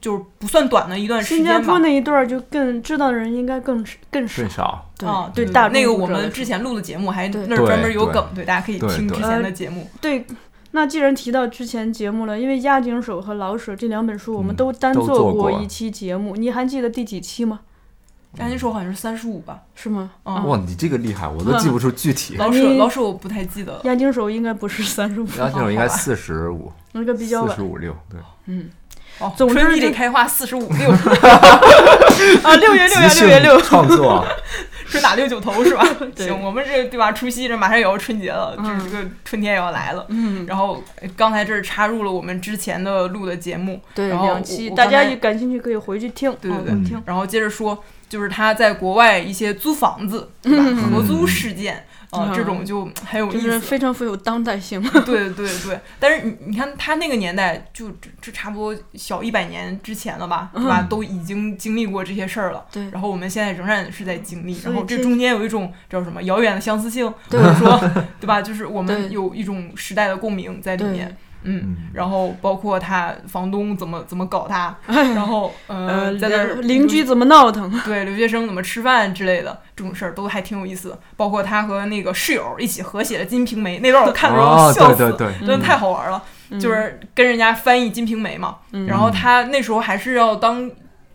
E: 就是不算短的一段时
A: 新
E: 间吧。
A: 加坡那一段儿就更知道的人应该更更少
B: 最。少
E: 啊，
A: 对
E: 对
A: 大
E: 那个
A: 众读
E: 我
A: 者来
E: 们
A: 说
E: 之前录的节目还
A: 对
E: 那儿专门有
B: 对
E: 梗，对，大家可以
B: 对嗯
E: 听之
B: 对
E: 前的节目。
A: 对，那既然提到之前节目了，因为《押井守》和《老舍》这两本书，我们
B: 嗯
A: 都单
B: 都
A: 做
B: 做
A: 过
B: 过
A: 一期节目，你还记得第几期吗？
E: 安妮说好像是三十五吧，
A: 是吗？啊
E: 嗯，
B: 哇，你这个厉害，我都记不住具 体。
E: 老
A: 嗯你
E: 舍老舍我不太记得了。
A: 押井守应该不是三十五，
B: 然后这种应该四十 五、
A: 那个比较
B: 四
A: 晚
B: 十五六，对，
E: 哦，
A: 总之
E: 春季
A: 就
E: 里开花四十五六，
A: 啊，六月六呀，
B: 即
A: 六月
B: 兴
A: 六。
B: 创 作，
E: 春打六九头是吧？
A: 对
E: 行，我们这对吧？除夕这马上也要春节了，
A: 嗯
E: 这这个春天也要来了。
A: 嗯，
E: 然后呃刚才这儿插入了我们之前的录的节目，
A: 对，
E: 然后
A: 两
E: 我
A: 期
E: 我
A: 大
E: 刚
A: 家
E: 才
A: 也感兴趣可以回去听，
E: 对对
A: 嗯
E: 对
A: 听。
E: 然后接着说，就是他在国外一些租房子，对吧？合租事件啊
A: 嗯，
E: 这种就很有意
A: 就
E: 思，
A: 是非常富有当代性，
E: 对对对，但是你你看他那个年代就这这差不多小一百年之前了吧，对
A: 嗯
E: 吧？都已经经历过这些事儿了。
A: 对
E: 然后我们现在仍然是在经历，
A: 所以
E: 然后这
A: 这
E: 中间有一种叫什么遥远的相似性，
A: 对
E: 或者说对吧？就是我
A: 对
E: 们有一种时代的共鸣在里面。嗯，
B: 嗯，
E: 然后包括他房东怎么怎么搞他，
A: 哎
E: 然后
A: 呃，
E: 呃，在那儿
A: 邻邻居怎么闹腾？
E: 对留学生怎么吃饭之类的这种事儿都还挺有意思的，包括他和那个室友一起合写的《金瓶梅》那段，我看的时候
B: 哦，
E: 笑
B: 对
E: 死了
B: 对，嗯对，
E: 真的太好玩了。
A: 嗯
E: 就是跟人家翻译《金瓶梅》嘛，然
B: 嗯
E: 后他那时候还是要当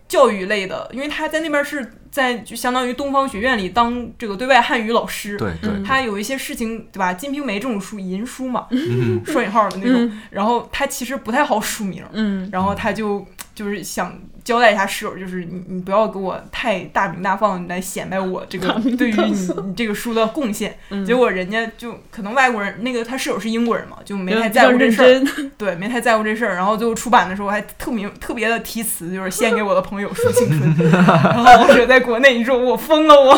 E: 教育类的，因为他在那边是在就相当于东方学院里当这个对外汉语老师。
B: 对对，
E: 他有一些事情，对吧？《金瓶梅》这种书，银书嘛，
B: 嗯
E: 双引号的那种。然后他其实不太好署名，
A: 嗯，
E: 然后他就就是想交代一下室友，就是你你不要给我太大名大放，你来显摆我这个对于你你这个书的贡献。
A: 嗯
E: 结果人家就可能外国人那个他室友是英国人嘛，就没太
A: 比较
E: 在乎这
A: 认
E: 事儿，
A: 真，
E: 对，没太在乎这事儿。然后最后出版的时候还特别特别的提词，就是献给我的朋友说青春。然后老舍在国内，你说我疯了我，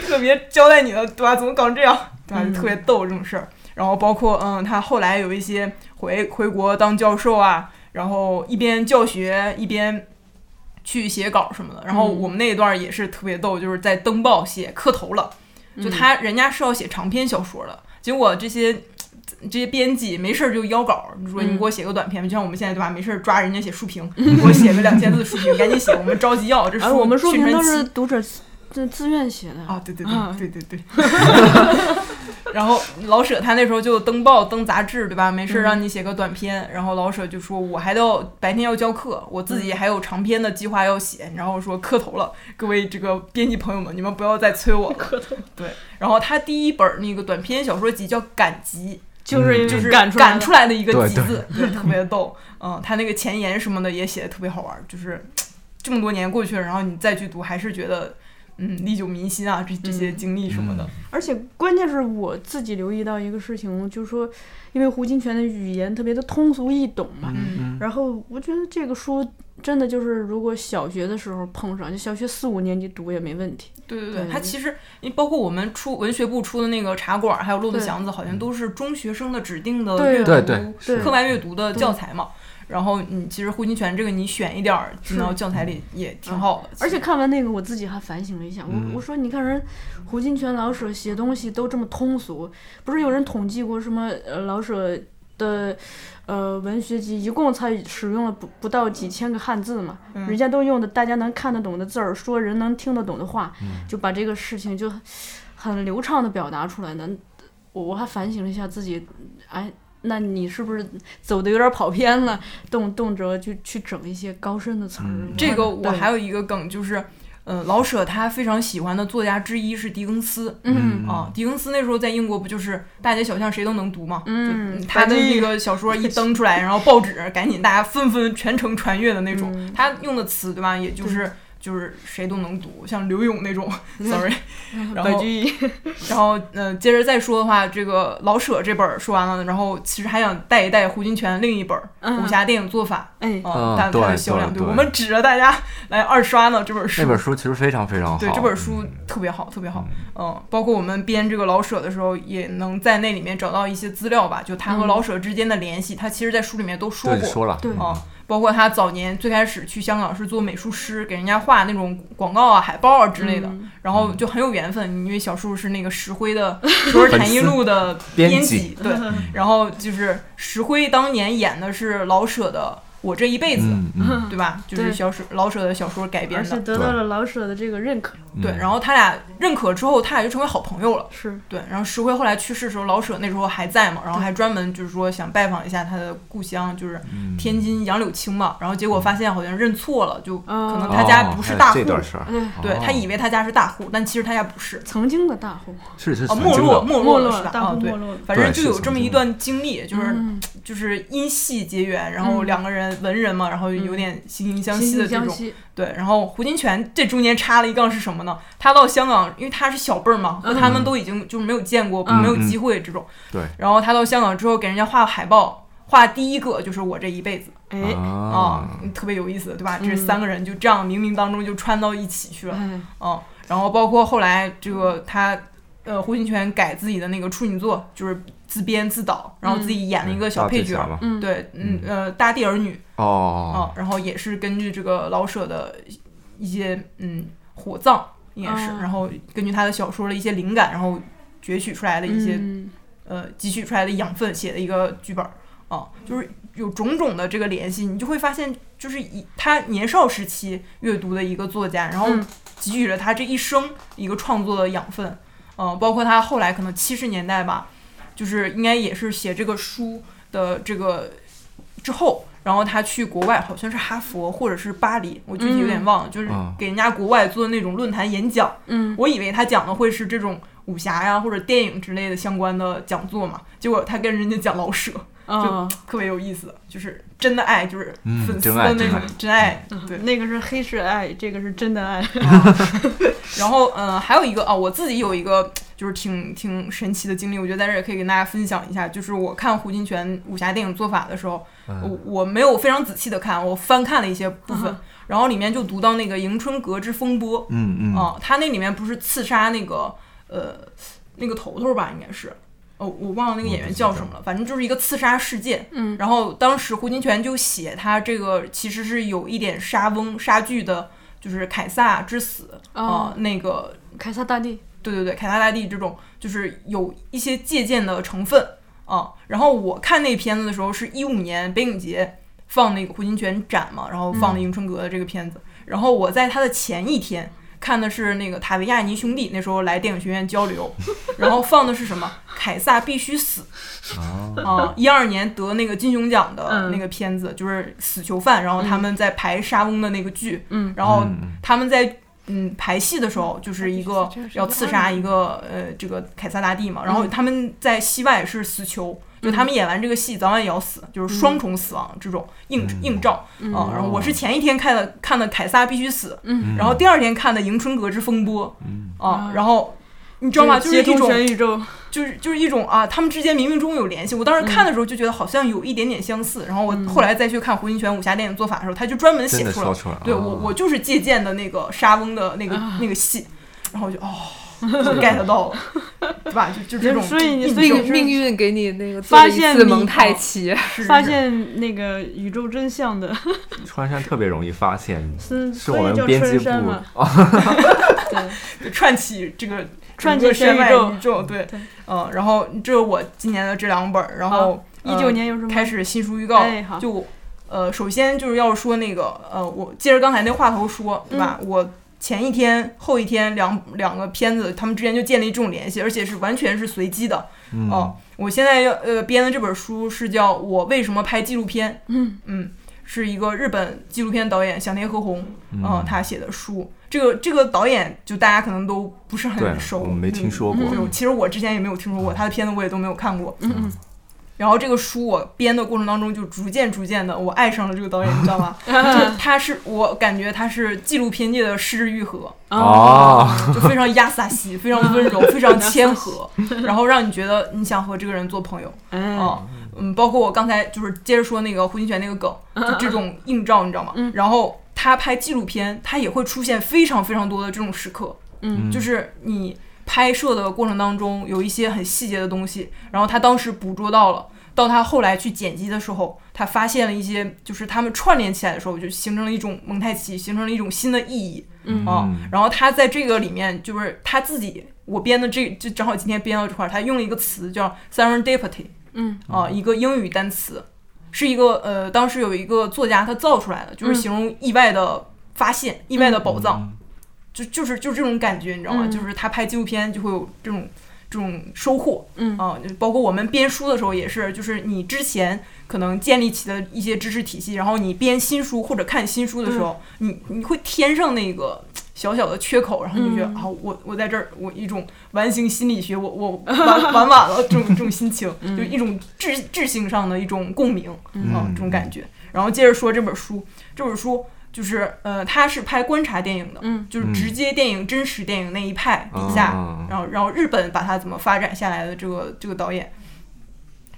E: 特别交代你了，对吧？怎么搞成这样，对吧？就特别逗这种事儿。然后包括嗯，他后来有一些回回国当教授啊，然后一边教学一边去写稿什么的。然后我们那一段也是特别逗，就是在登报写磕头了，就他人家是要写长篇小说的，结果这些。这些编辑没事儿就邀稿，你
A: 嗯
E: 说你给我写个短篇吧，就像我们现在对吧？没事儿抓人家写书 评，给我写个两千字的书评，赶紧写，我们着急要这书。
A: 哎而我们书
E: 宣
A: 评
E: 传
A: 都
E: 期
A: 是读者自自自愿写的，
E: 啊，对对
A: 啊
E: 对对对 对。然后老舍他那时候就登报登杂志，对吧？没
A: 嗯
E: 事儿让你写个短篇，然后老舍就说：“我还要白天要教课，我自己还有长篇的计划要写。”然后说磕头了，各位这个编辑朋友们，你们不要再催我了。磕头。对，然后他第一本那个短篇小说集叫《赶集》，
A: 就是因为
E: 嗯就是
A: 赶
E: 赶
A: 出来的
E: 来的一个
B: 对
E: 集
B: 对
E: 字，对，特别逗。嗯，他那个前言什么的也写的特别好玩儿，就是这么多年过去了，然后你再去读，还是觉得嗯历久弥新啊，这这些经历什么
B: 嗯
E: 的。
A: 而且关键是我自己留意到一个事情，就是说，因为胡金铨的语言特别的通俗易懂嘛，
E: 嗯
A: 然后我觉得这个书真的就是，如果小学的时候碰上，就小学四五年级读也没问题。
E: 对对对，
A: 对
E: 他其实你包括我们出文学部出的那个茶馆儿，还有骆驼
A: 对
E: 祥子，好像都是中学生的指定的
A: 对
E: 阅
B: 对对
E: 读
A: 对
E: 课外阅读的教材嘛。然后你其实胡金铨这个你选一点儿进到教材里也挺好的，
A: 而且看完那个，我自己还反省了一下，
B: 嗯
A: 我我说你看人胡金铨、老舍写东西都这么通俗，不是有人统计过什么呃老舍的呃文学集一共才使用了不不到几千个汉字嘛，
E: 嗯
A: 人家都用的大家能看得懂的字儿，说人能听得懂的话，
B: 嗯
A: 就把这个事情就很流畅的表达出来的。我我还反省了一下自己，哎。那你是不是走的有点跑偏了？动动辄就去整一些高深的词儿。
B: 嗯
E: 这个我
A: 对
E: 还有一个梗，就是，呃，老舍他非常喜欢的作家之一是狄更斯。
A: 嗯
B: 嗯
E: 啊，狄更斯那时候在英国不就是大街小巷谁都能读嘛？
A: 嗯
E: 就他的
A: 白居易
E: 那个小说一登出来，然后报纸赶紧大家纷纷全程传阅的那种。
A: 嗯
E: 他用的词对吧，也就是就是谁都能读，像柳永那种，sorry。然
A: 白
E: 后
A: 居易
E: 然后呃，接着再说的话，这个老舍这本儿说完了，然后其实还想带一带胡金铨另一本儿
A: 嗯
E: 武侠电影做法。
A: 哎，
B: 嗯，
E: 哦它它的
B: 对
E: 销量，
B: 对
E: 对，
B: 对
E: 我们指着大家来二刷 呢这本书。
B: 那本书其实非常非常好，
E: 对这本书特别好，特别好。嗯，包括我们编这个老舍的时候，也能在那里面找到一些资料吧，就他和
A: 嗯
E: 老舍之间的联系，他其实在书里面都说
B: 对
E: 过。
B: 说了，嗯
A: 对
E: 哦，包括他早年最开始去香港是做美术师，给人家画那种广告啊、海报啊之类的，
A: 嗯
E: 然后就很有缘分，因为小树是那个石 灰的《说是谈艺录》的编
B: 编
E: 辑嗯
B: 辑，
E: 对，
A: 嗯
E: 然后就是石灰当年演的是老舍的《我这一辈子》，
B: 嗯嗯
E: 对吧？就是
A: 对
E: 小舍老舍的小说改编
A: 而且
E: 的。
A: 得到了老舍的这个认可，
B: 嗯，
E: 对，然后他俩认可之后，他俩就成为好朋友了。
A: 是
E: 对，然后石灰后来去世的时候，老舍那时候还在嘛，然后还专门就是说想拜访一下他的故乡，就是
B: 嗯
E: 天津杨柳青嘛。然后结果发现好像认错了，就可能
A: 哦
E: 他家不是大
B: 哦还
E: 户
B: 有这，段事儿，哦
A: 哎，
E: 对他以
B: 为
E: 为他家是大户，但其实他家不是。
A: 曾经的大户，
B: 是是
E: 啊，
B: 曾
E: 没
B: 经的
E: 落没
A: 没
E: 了
A: 落
E: 是吧？
A: 大
E: 啊，
F: 哦
A: 户
E: 对
A: 没落了，
E: 反正
B: 对
E: 就是有
B: 曾
E: 这么一
B: 经的
E: 段经历，就是
A: 嗯
E: 就是因戏结缘，然后
A: 嗯
E: 两个人文人嘛，然后有点惺惺相
A: 惺
E: 惜的
A: 惺
E: 这
A: 相
E: 种。
A: 惜，
E: 对，然后胡金铨这中间插了一杠是什么呢？他到香港，因为他是小辈儿嘛，和他们都已经就是没有见过，
A: 嗯
E: 没有机会这种。
B: 对。
E: 然后他到香港之后，给人家画海报，画第一个就是我这一辈子
A: 哎
E: 啊、
B: 啊，
E: 特别有意思，对吧？
A: 嗯
E: 这三个人就这样冥冥当中就穿到一起去了，
A: 哎，
E: 嗯。然后包括后来这个他，呃，胡金铨改自己的那个处女作，就是自编自导，然后自己演了一个小
B: 大
E: 配
B: 地
E: 角
B: 侠
E: 儿。
B: 嘛，
A: 嗯，
E: 对，嗯呃，大地儿女，
B: 哦，
E: 啊，然后也是根据这个老舍的一些嗯火葬应该是，
A: 哦
E: 然后根据他的小说的一些灵感，然后攫取出来的
A: 嗯，
E: 一些、呃汲取出来的养分写的一个剧本儿啊，
A: 嗯
E: 就是有种种的这个联系，你就会发现，就是以他年少时期阅读的一个作家，然后
A: 嗯
E: 给予了他这一生一个创作的养分，呃，包括他后来可能七十年代吧，就是应该也是写这个书的这个之后。然后他去国外，好像是哈佛或者是巴黎，我具体有点
A: 嗯
E: 忘了，就是
B: 啊
E: 给人家国外做那种论坛演讲，
A: 嗯，
E: 我以为他讲的会是这种武侠呀或者电影之类的相关的讲座嘛，结果他跟人家讲老舍，
A: 啊，
E: 特别有意思，就是真的爱，就是
B: 嗯
E: 粉丝
B: 真爱嗯
E: 的那种真爱。对，
A: 那个是黑是爱，这个是真的爱，
E: 然后嗯、呃还有一个啊、我自己有一个就是挺挺神奇的经历，我觉得在这儿也可以跟大家分享一下，就是我看胡金铨武侠电影做法的时候，
B: 嗯
E: 我我没有非常仔细的看，我翻看了一些部
A: 嗯
E: 分，然后里面就读到那个迎春阁之风波，
B: 嗯嗯，
E: 哦哦，他那里面不是刺杀那个呃那个头头吧，应该是，呃，我忘了那个演
B: 我
E: 员
B: 不记
E: 叫
B: 得
E: 什么了，反正就是一个刺杀事件。
A: 嗯
E: 然后当时胡金铨就写他这个其实是有一点沙翁杀剧的，就是凯撒之死啊、
A: 哦
E: 那个
A: 凯撒大帝，
E: 对对对，凯撒大帝这种就是有一些借鉴的成分啊。然后我看那片子的时候是一五年北影节放那个胡金铨展嘛，然后放了迎春阁的这个片子。然后我在他的前一天看的是那个塔维亚尼兄弟，那时候来电影学院交流， 然后放的是什么？凯撒必须死
B: 啊，
E: 啊！一二年得那个金熊奖的
A: 嗯
E: 那个片子、就是死囚犯，然后他们在排沙翁的那个剧，
A: 嗯
E: 然后
B: 嗯嗯
E: 他们在嗯排戏的时候，就是一个嗯要刺杀
A: 嗯
E: 一个呃这个凯撒大帝嘛，然后他们在戏外是死囚，就他们演完这个戏早晚也要死，就是双重死亡这种映
B: 嗯
E: 映照
A: 嗯
E: 啊。然后我是前一天看的看的《凯撒必须死》，
B: 嗯
E: 然后第二天看的《迎春阁之风波
B: 嗯》
E: 啊
A: 啊，
E: 然后。你知道吗？就是
A: 接通
E: 一种，
A: 全宇 宙，
E: 就是就是一种啊，他们之间冥冥中有联系。我当时看的时候就觉得好像有一点点相似，然后我后来再去看胡金铨武侠电影做法的时候，他就专门
B: 真
E: 写
B: 的
E: 出来
B: 说出来了，
E: 对
B: 啊
E: 我，我就是借鉴的那个沙翁的那个、
A: 啊
E: 那个戏，然后我就哦，get 到了，对吧？就就这种
A: 所以你
E: 印
A: 所以
E: 证
A: 你
E: 是
A: 是
F: 命运给你那个做
A: 发
F: 了一
A: 现
F: 次
A: 迷
F: 蒙太
A: 茫
F: 奇，
E: 是
A: 发现那个宇宙真相的，
B: 穿山特别容易发现，
A: 是
B: 是
A: 所
B: 我
A: 以
B: 们
A: 叫
B: 编辑
A: 春
B: 部
A: 山嘛，
B: 啊，
A: 对，
E: 就串起这个
A: 串
E: 整个
A: 起全
E: 身
A: 宇
E: 外
A: 宙
E: 宇宙，对
A: 对，
E: 嗯，然后这是我今年的这两本儿，然后
A: 一九、
E: 呃
A: 年有什么
E: 开
A: 始？
E: 始新书预告，
A: 啊哎好
E: 就呃，首先就是要说那个呃，我接着刚才那话头说，对
A: 嗯
E: 吧？我前一天、后一天两两个片子，他们之间就建立这种联系，而且是完全是随机的。
B: 嗯
E: 哦，我现在要呃编的这本书是叫《我为什么拍纪录片》，
A: 嗯
E: 是一个日本纪录片导演响田和宏，
B: 嗯
E: 呃他写的书。这个这个导演就大家可能都不是
B: 对
E: 很熟，
B: 我没听
E: 嗯
B: 说过，嗯
E: 对，其实我之前也没有听说过他的片子，我也都没有看过。
A: 嗯嗯，
E: 然后这个书我编的过程当中，就逐渐逐渐的，我爱上了这个导演，你知道吗？就他是我感觉他是纪录片界的失之愈合，
A: 嗯
B: 哦，
E: 就非常亚萨西，非常温柔，非常谦和，然后让你觉得你想和这个人做朋友。
A: 哎，
E: 哦，嗯，包括我刚才就是接着说那个胡金铨那个梗，就这种映照，你知道吗？然后他拍纪录片，他也会出现非常非常多的这种时刻，
A: 嗯
E: 就是你拍摄的过程当中有一些很细节的东西，然后他当时捕捉到了。到他后来去剪辑的时候，他发现了一些，就是他们串联起来的时候，就形成了一种蒙太奇，形成了一种新的意义。
A: 嗯
E: 啊
B: 嗯，
E: 然后他在这个里面，就是他自己，我编的这就正好今天编到这块儿，他用了一个词叫 serendipity，
A: 嗯，
E: 啊，一个英语单词，是一个呃，当时有一个作家他造出来的，就是
A: 嗯
E: 形容意外的发现、意外的宝藏，
B: 嗯
E: 就就是就是这种感觉，你知道吗？
A: 嗯
E: 就是他拍纪录片就会有这种这种收获，
A: 嗯
E: 啊，就包括我们编书的时候也是，就是你之前可能建立起的一些知识体系，然后你编新书或者看新书的时候，
A: 嗯
E: 你你会填上那个。小小的缺口，然后你就觉得、
A: 嗯
E: 啊，我我在这儿，我一种完形心理学，我我玩玩晚了，这种这种心情，
A: 嗯
E: 就一种智智性上的一种共鸣，
A: 嗯
E: 啊，这种感觉。然后接着说这本书，这本书就是呃，它是拍观察电影的，
A: 嗯
E: 就是直接电影、真实电影那一派底下，
B: 啊
E: 然后然后日本把它怎么发展下来的这个这个导演，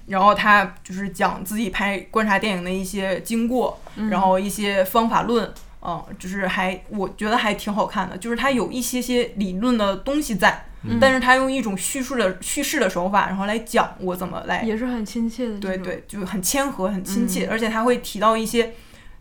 E: 然后他就是讲自己拍观察电影的一些经过，
A: 嗯
E: 然后一些方法论。嗯，就是还我觉得还挺好看的，就是它有一些些理论的东西在，
A: 嗯
E: 但是它用一种叙述的叙事的手法，然后来讲我怎么来
A: 也是很亲切的，
E: 对，对，就很谦和、很亲切，而且他会提到一些，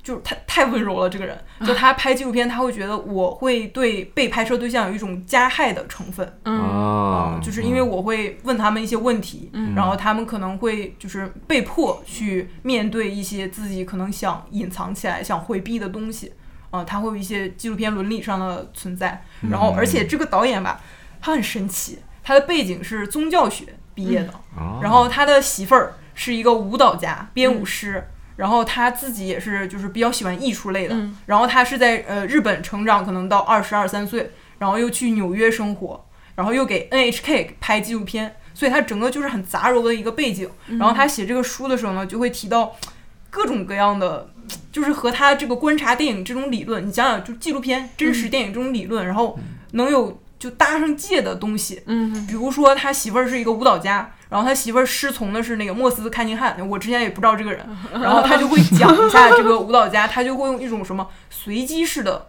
E: 就是他太温柔了。这个人，就他拍纪录片，他会觉得我会对被拍摄对象有一种加害的成分，
A: 嗯
B: 啊，
E: 就是因为我会问他们一些问题，
A: 嗯
E: 然后他们可能会就是被迫去面对一些自己可能想隐藏起来、想回避的东西。啊、他会有一些纪录片伦理上的存在，然后而且这个导演吧，他很神奇，他的背景是宗教学毕业的，
B: 啊，
E: 然后他的媳妇儿是一个舞蹈家、编舞师，然后他自己也是就是比较喜欢艺术类的。
A: 嗯
E: 然后他是在呃日本成长，可能到二十二三岁，然后又去纽约生活，然后又给 NHK 拍纪录片，所以他整个就是很杂糅的一个背景。
A: 嗯
E: 然后他写这个书的时候呢，就会提到嗯各种各样的。就是和他这个观察电影这种理论，你想想，就纪录片、真实电影这种理论，然后能有就搭上界的东西，
A: 嗯
E: 比如说他媳妇儿是一个舞蹈家，然后他媳妇儿师从的是那个莫斯康宁汉，我之前也不知道这个人，然后他就会讲一下这个舞蹈家，他就会用一种什么随机式的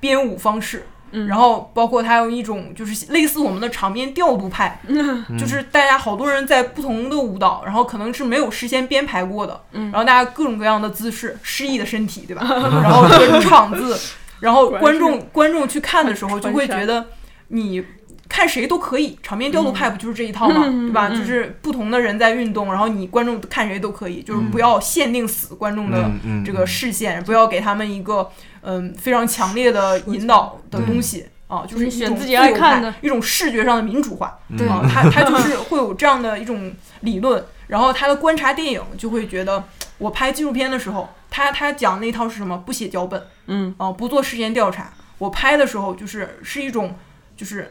E: 编舞方式，
A: 嗯
E: 然后包括它有一种就是类似我们的场面调度派，
A: 嗯
E: 就是大家好多人在不同的舞蹈，然后可能是没有事先编排过的，
A: 嗯
E: 然后大家各种各样的姿势，诗意的身体， 对吧？然后各种场子，然后观众观众去看的时候就会觉得你。看谁都可以，场面调度派不就是这一套吗？
A: 嗯嗯嗯
E: 对吧？
A: 嗯
E: 就是不同的人在运动，然后你观众看谁都可以，就是不要限定死观众的
B: 嗯嗯，
E: 这个视线，不要给他们一个嗯非常强烈的引导的东西啊，就是一
A: 选
E: 种
A: 自己
E: 自
A: 爱
E: 由
A: 看
E: 派
A: 的
E: 一种视觉上的民主化
B: 对
E: 啊，他他就是会有这样的一种理论，然后他的观察电影就会觉得，我拍纪录片的时候，他他讲那套是什么？不写脚本
A: 嗯
E: 啊，不做事件调查，我拍的时候就是是一种就是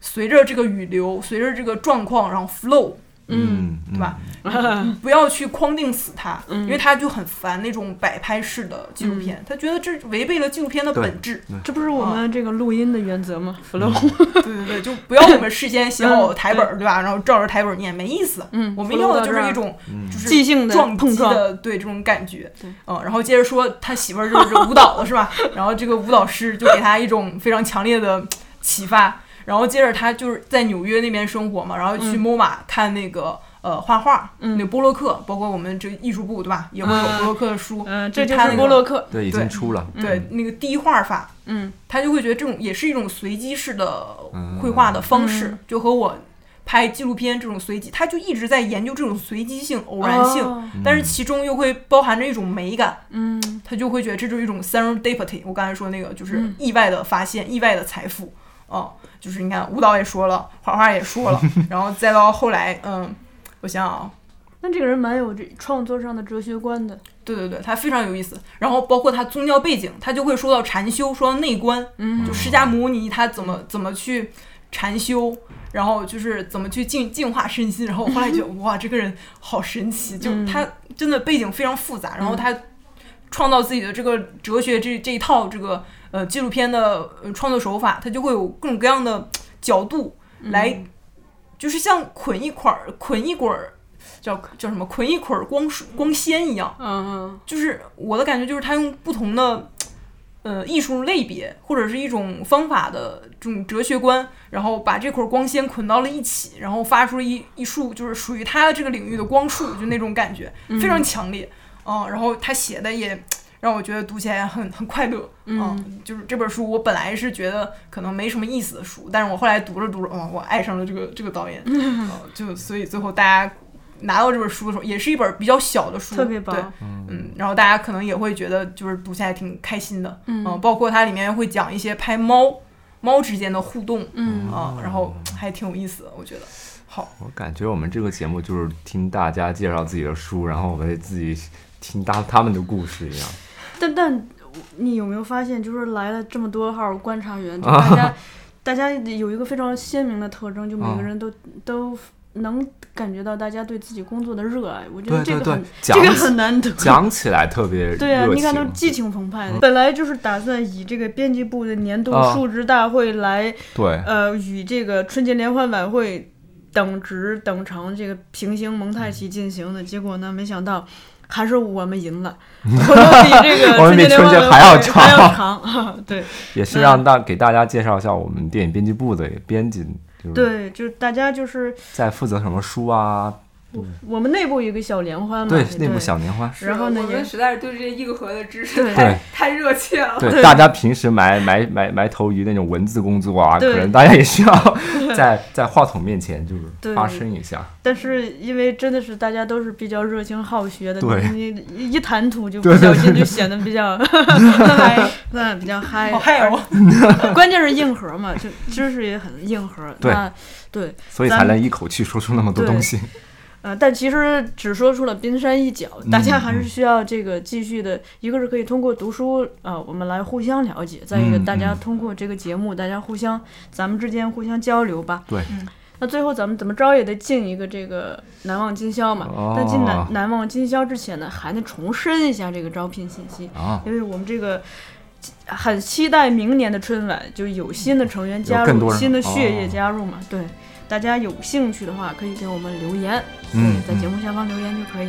E: 随着这个语流，随着这个状况，然后 flow。
B: 嗯，
E: 对吧？不要去框定死他，
A: 嗯
E: 因为他就很烦那种摆拍式的纪录片，他觉得这违背了纪录片的
B: 对
E: 本质。
A: 这不是我们这个录音的原则
E: 嗯
A: 吗？flow，
E: 对对对，就不要我们事先写好台本儿，对吧？然后照着台本儿念，没意思。
A: 嗯
E: 我们要
A: flow 到
E: 的就
A: 这
E: 是
A: 儿
E: 一种
B: 嗯
E: 就是
A: 即兴的
E: 撞
A: 碰
E: 击
A: 撞，
E: 的，嗯对这种感觉
A: 对。
E: 嗯，然后接着说他媳妇儿就是舞蹈的是 吧？然后这个舞蹈师就给他一种非常强烈的启发。然后接着他就是在纽约那边生活嘛，然后去
A: 嗯
E: MoMA 看那个呃画画，
A: 嗯
E: 那个波洛克，包括我们这个艺术部对吧，也会有
A: 嗯
E: 波洛克的书。
A: 嗯，这就
E: 他那
A: 是
E: 个
A: 波洛克，
B: 对，已
E: 对
B: 经出了，嗯
E: 对，那个第一画法，
A: 嗯
E: 他就会觉得这种也是一种随机式的绘画的方式，
A: 嗯
E: 就和我拍纪录片这种随机，他就一直在研究这种随机性、偶然性，
A: 哦
B: 嗯
E: 但是其中又会包含着一种美感，
A: 嗯
E: 他就会觉得这就是一种 serendipity。我刚才说那个就是
A: 嗯
E: 意外的发现、意外的财富，哦、就是你看舞蹈也说了，画画也说了，然后再到后来，嗯，我想想啊，
A: 那这个人蛮有这创作上的哲学观的，
E: 对对对，他非常有意思。然后包括他宗教背景，他就会说到禅修，说到内观，
A: 嗯
E: 就释迦牟尼他怎么怎么去禅修，然后就是怎么去净净化身心。然后我后来 觉得哇，这个人好神奇，就
A: 嗯
E: 他真的背景非常复杂，然后
A: 嗯
E: 他创造自己的这个哲学这这一套这个呃纪录片的呃创作手法，他就会有各种各样的角度
A: 嗯
E: 来，就是像捆一捆儿捆一捆儿。叫叫什么？捆一捆儿光束光纤一样，
A: 嗯
E: 就是我的感觉就是他用不同的呃艺术类别或者是一种方法的这种哲学观，然后把这块光纤捆到了一起，然后发出了一一束就是属于他这个领域的光束，就那种感觉
A: 嗯，
E: 非常强烈。嗯、然后他写的也让我觉得读起来很很快乐。
A: 嗯
E: 嗯，就是这本书，我本来是觉得可能没什么意思的书，但是我后来读着读着，哦，我爱上了这个这个导 演，嗯就所以最后大家拿到这本书的时候，也是一本比较小的书，
A: 特别
E: 对
A: 棒，，
E: 嗯，然后大家可能也会觉得就是读起来挺开心的，
A: 嗯
E: 包括它里面会讲一些拍猫猫之间的互动
A: 嗯
E: 啊，然后还挺有意思的，我觉得。好，
B: 我感觉我们这个节目就是听大家介绍自己的书，然后我们自己听大他们的故事一样。
A: 但但你有没有发现，就是来了这么多号观察员，就
B: 啊
A: 大 家大家有一个非常鲜明的特征，就每
B: 啊
A: 个人都都能感觉到大家对自己工作的热爱。我觉得
B: 对
A: 这
B: 对
A: 个
B: 对
A: 很，
B: 讲
A: 这个
B: 起
A: 很难得。
B: 讲起来特别热情。嗯
A: 对啊，你看都激情澎湃的。本来就是打算以这个编辑部的年度
B: 啊
A: 述职大会来，
B: 对
A: 呃，与这个春节联欢晚会等值等长这个平行蒙太奇进行的。结果呢，没想到还是我们赢 了，我们比这个
B: 我们
A: 春
B: 比
A: 节联欢
B: 春节
A: 晚
B: 还要
A: 会还要
B: 长嗯
A: 长啊！对
B: 也是让大给大家介绍一下我们电影编辑部的编辑，就是
A: 对，就是大家就是
B: 在负责什么书啊，
A: 我们内部有一个小联欢嘛，
B: 对
A: 嗯对
B: 内部小年花，
A: 然后呢
C: 我
A: 也
C: 们实在是对这些硬核的知识
A: 对
C: 太太热切了。
B: 对
A: 对
B: 大家平时埋埋埋埋头于那种文字工作啊，
A: 对
B: 可能大家也需要在在话筒面前就是发声一下，
A: 但是因为真的是大家都是比较热情好学的，
B: 对
A: 你你一谈吐就不
B: 对
A: 小
B: 对
A: 心就显得比较 嗨，那比较嗨
E: 好，嗨哦！
A: 关键是硬核嘛，就知识也很硬核。
B: 对
A: 那对，
B: 所以才能一口气说出那么多
A: 对
B: 东西。
A: 呃，但其实只说出了冰山一角，大
B: 嗯
A: 家还是需要这个继续的，一个是可以通过读书啊、呃我们来互相了解；再一个，
B: 嗯
A: 大家
B: 嗯
A: 通过这个节目，大家互相咱们之间互相交流吧。
B: 对
E: 嗯
A: 那最后咱们怎么着也得进一个这个难忘今宵嘛。
B: 哦
A: 但进难难忘今宵之前呢，还得重申一下这个招聘信息，
B: 啊，
A: 因为我们这个很期待明年的春晚，就有新的成员加
B: 有更
A: 入，
B: 多人
A: 新的血液
B: 哦
A: 加入嘛。对，大家有兴趣的话可以给我们留言，
B: 嗯
A: 对，在
B: 嗯
A: 节目下方留言就可以。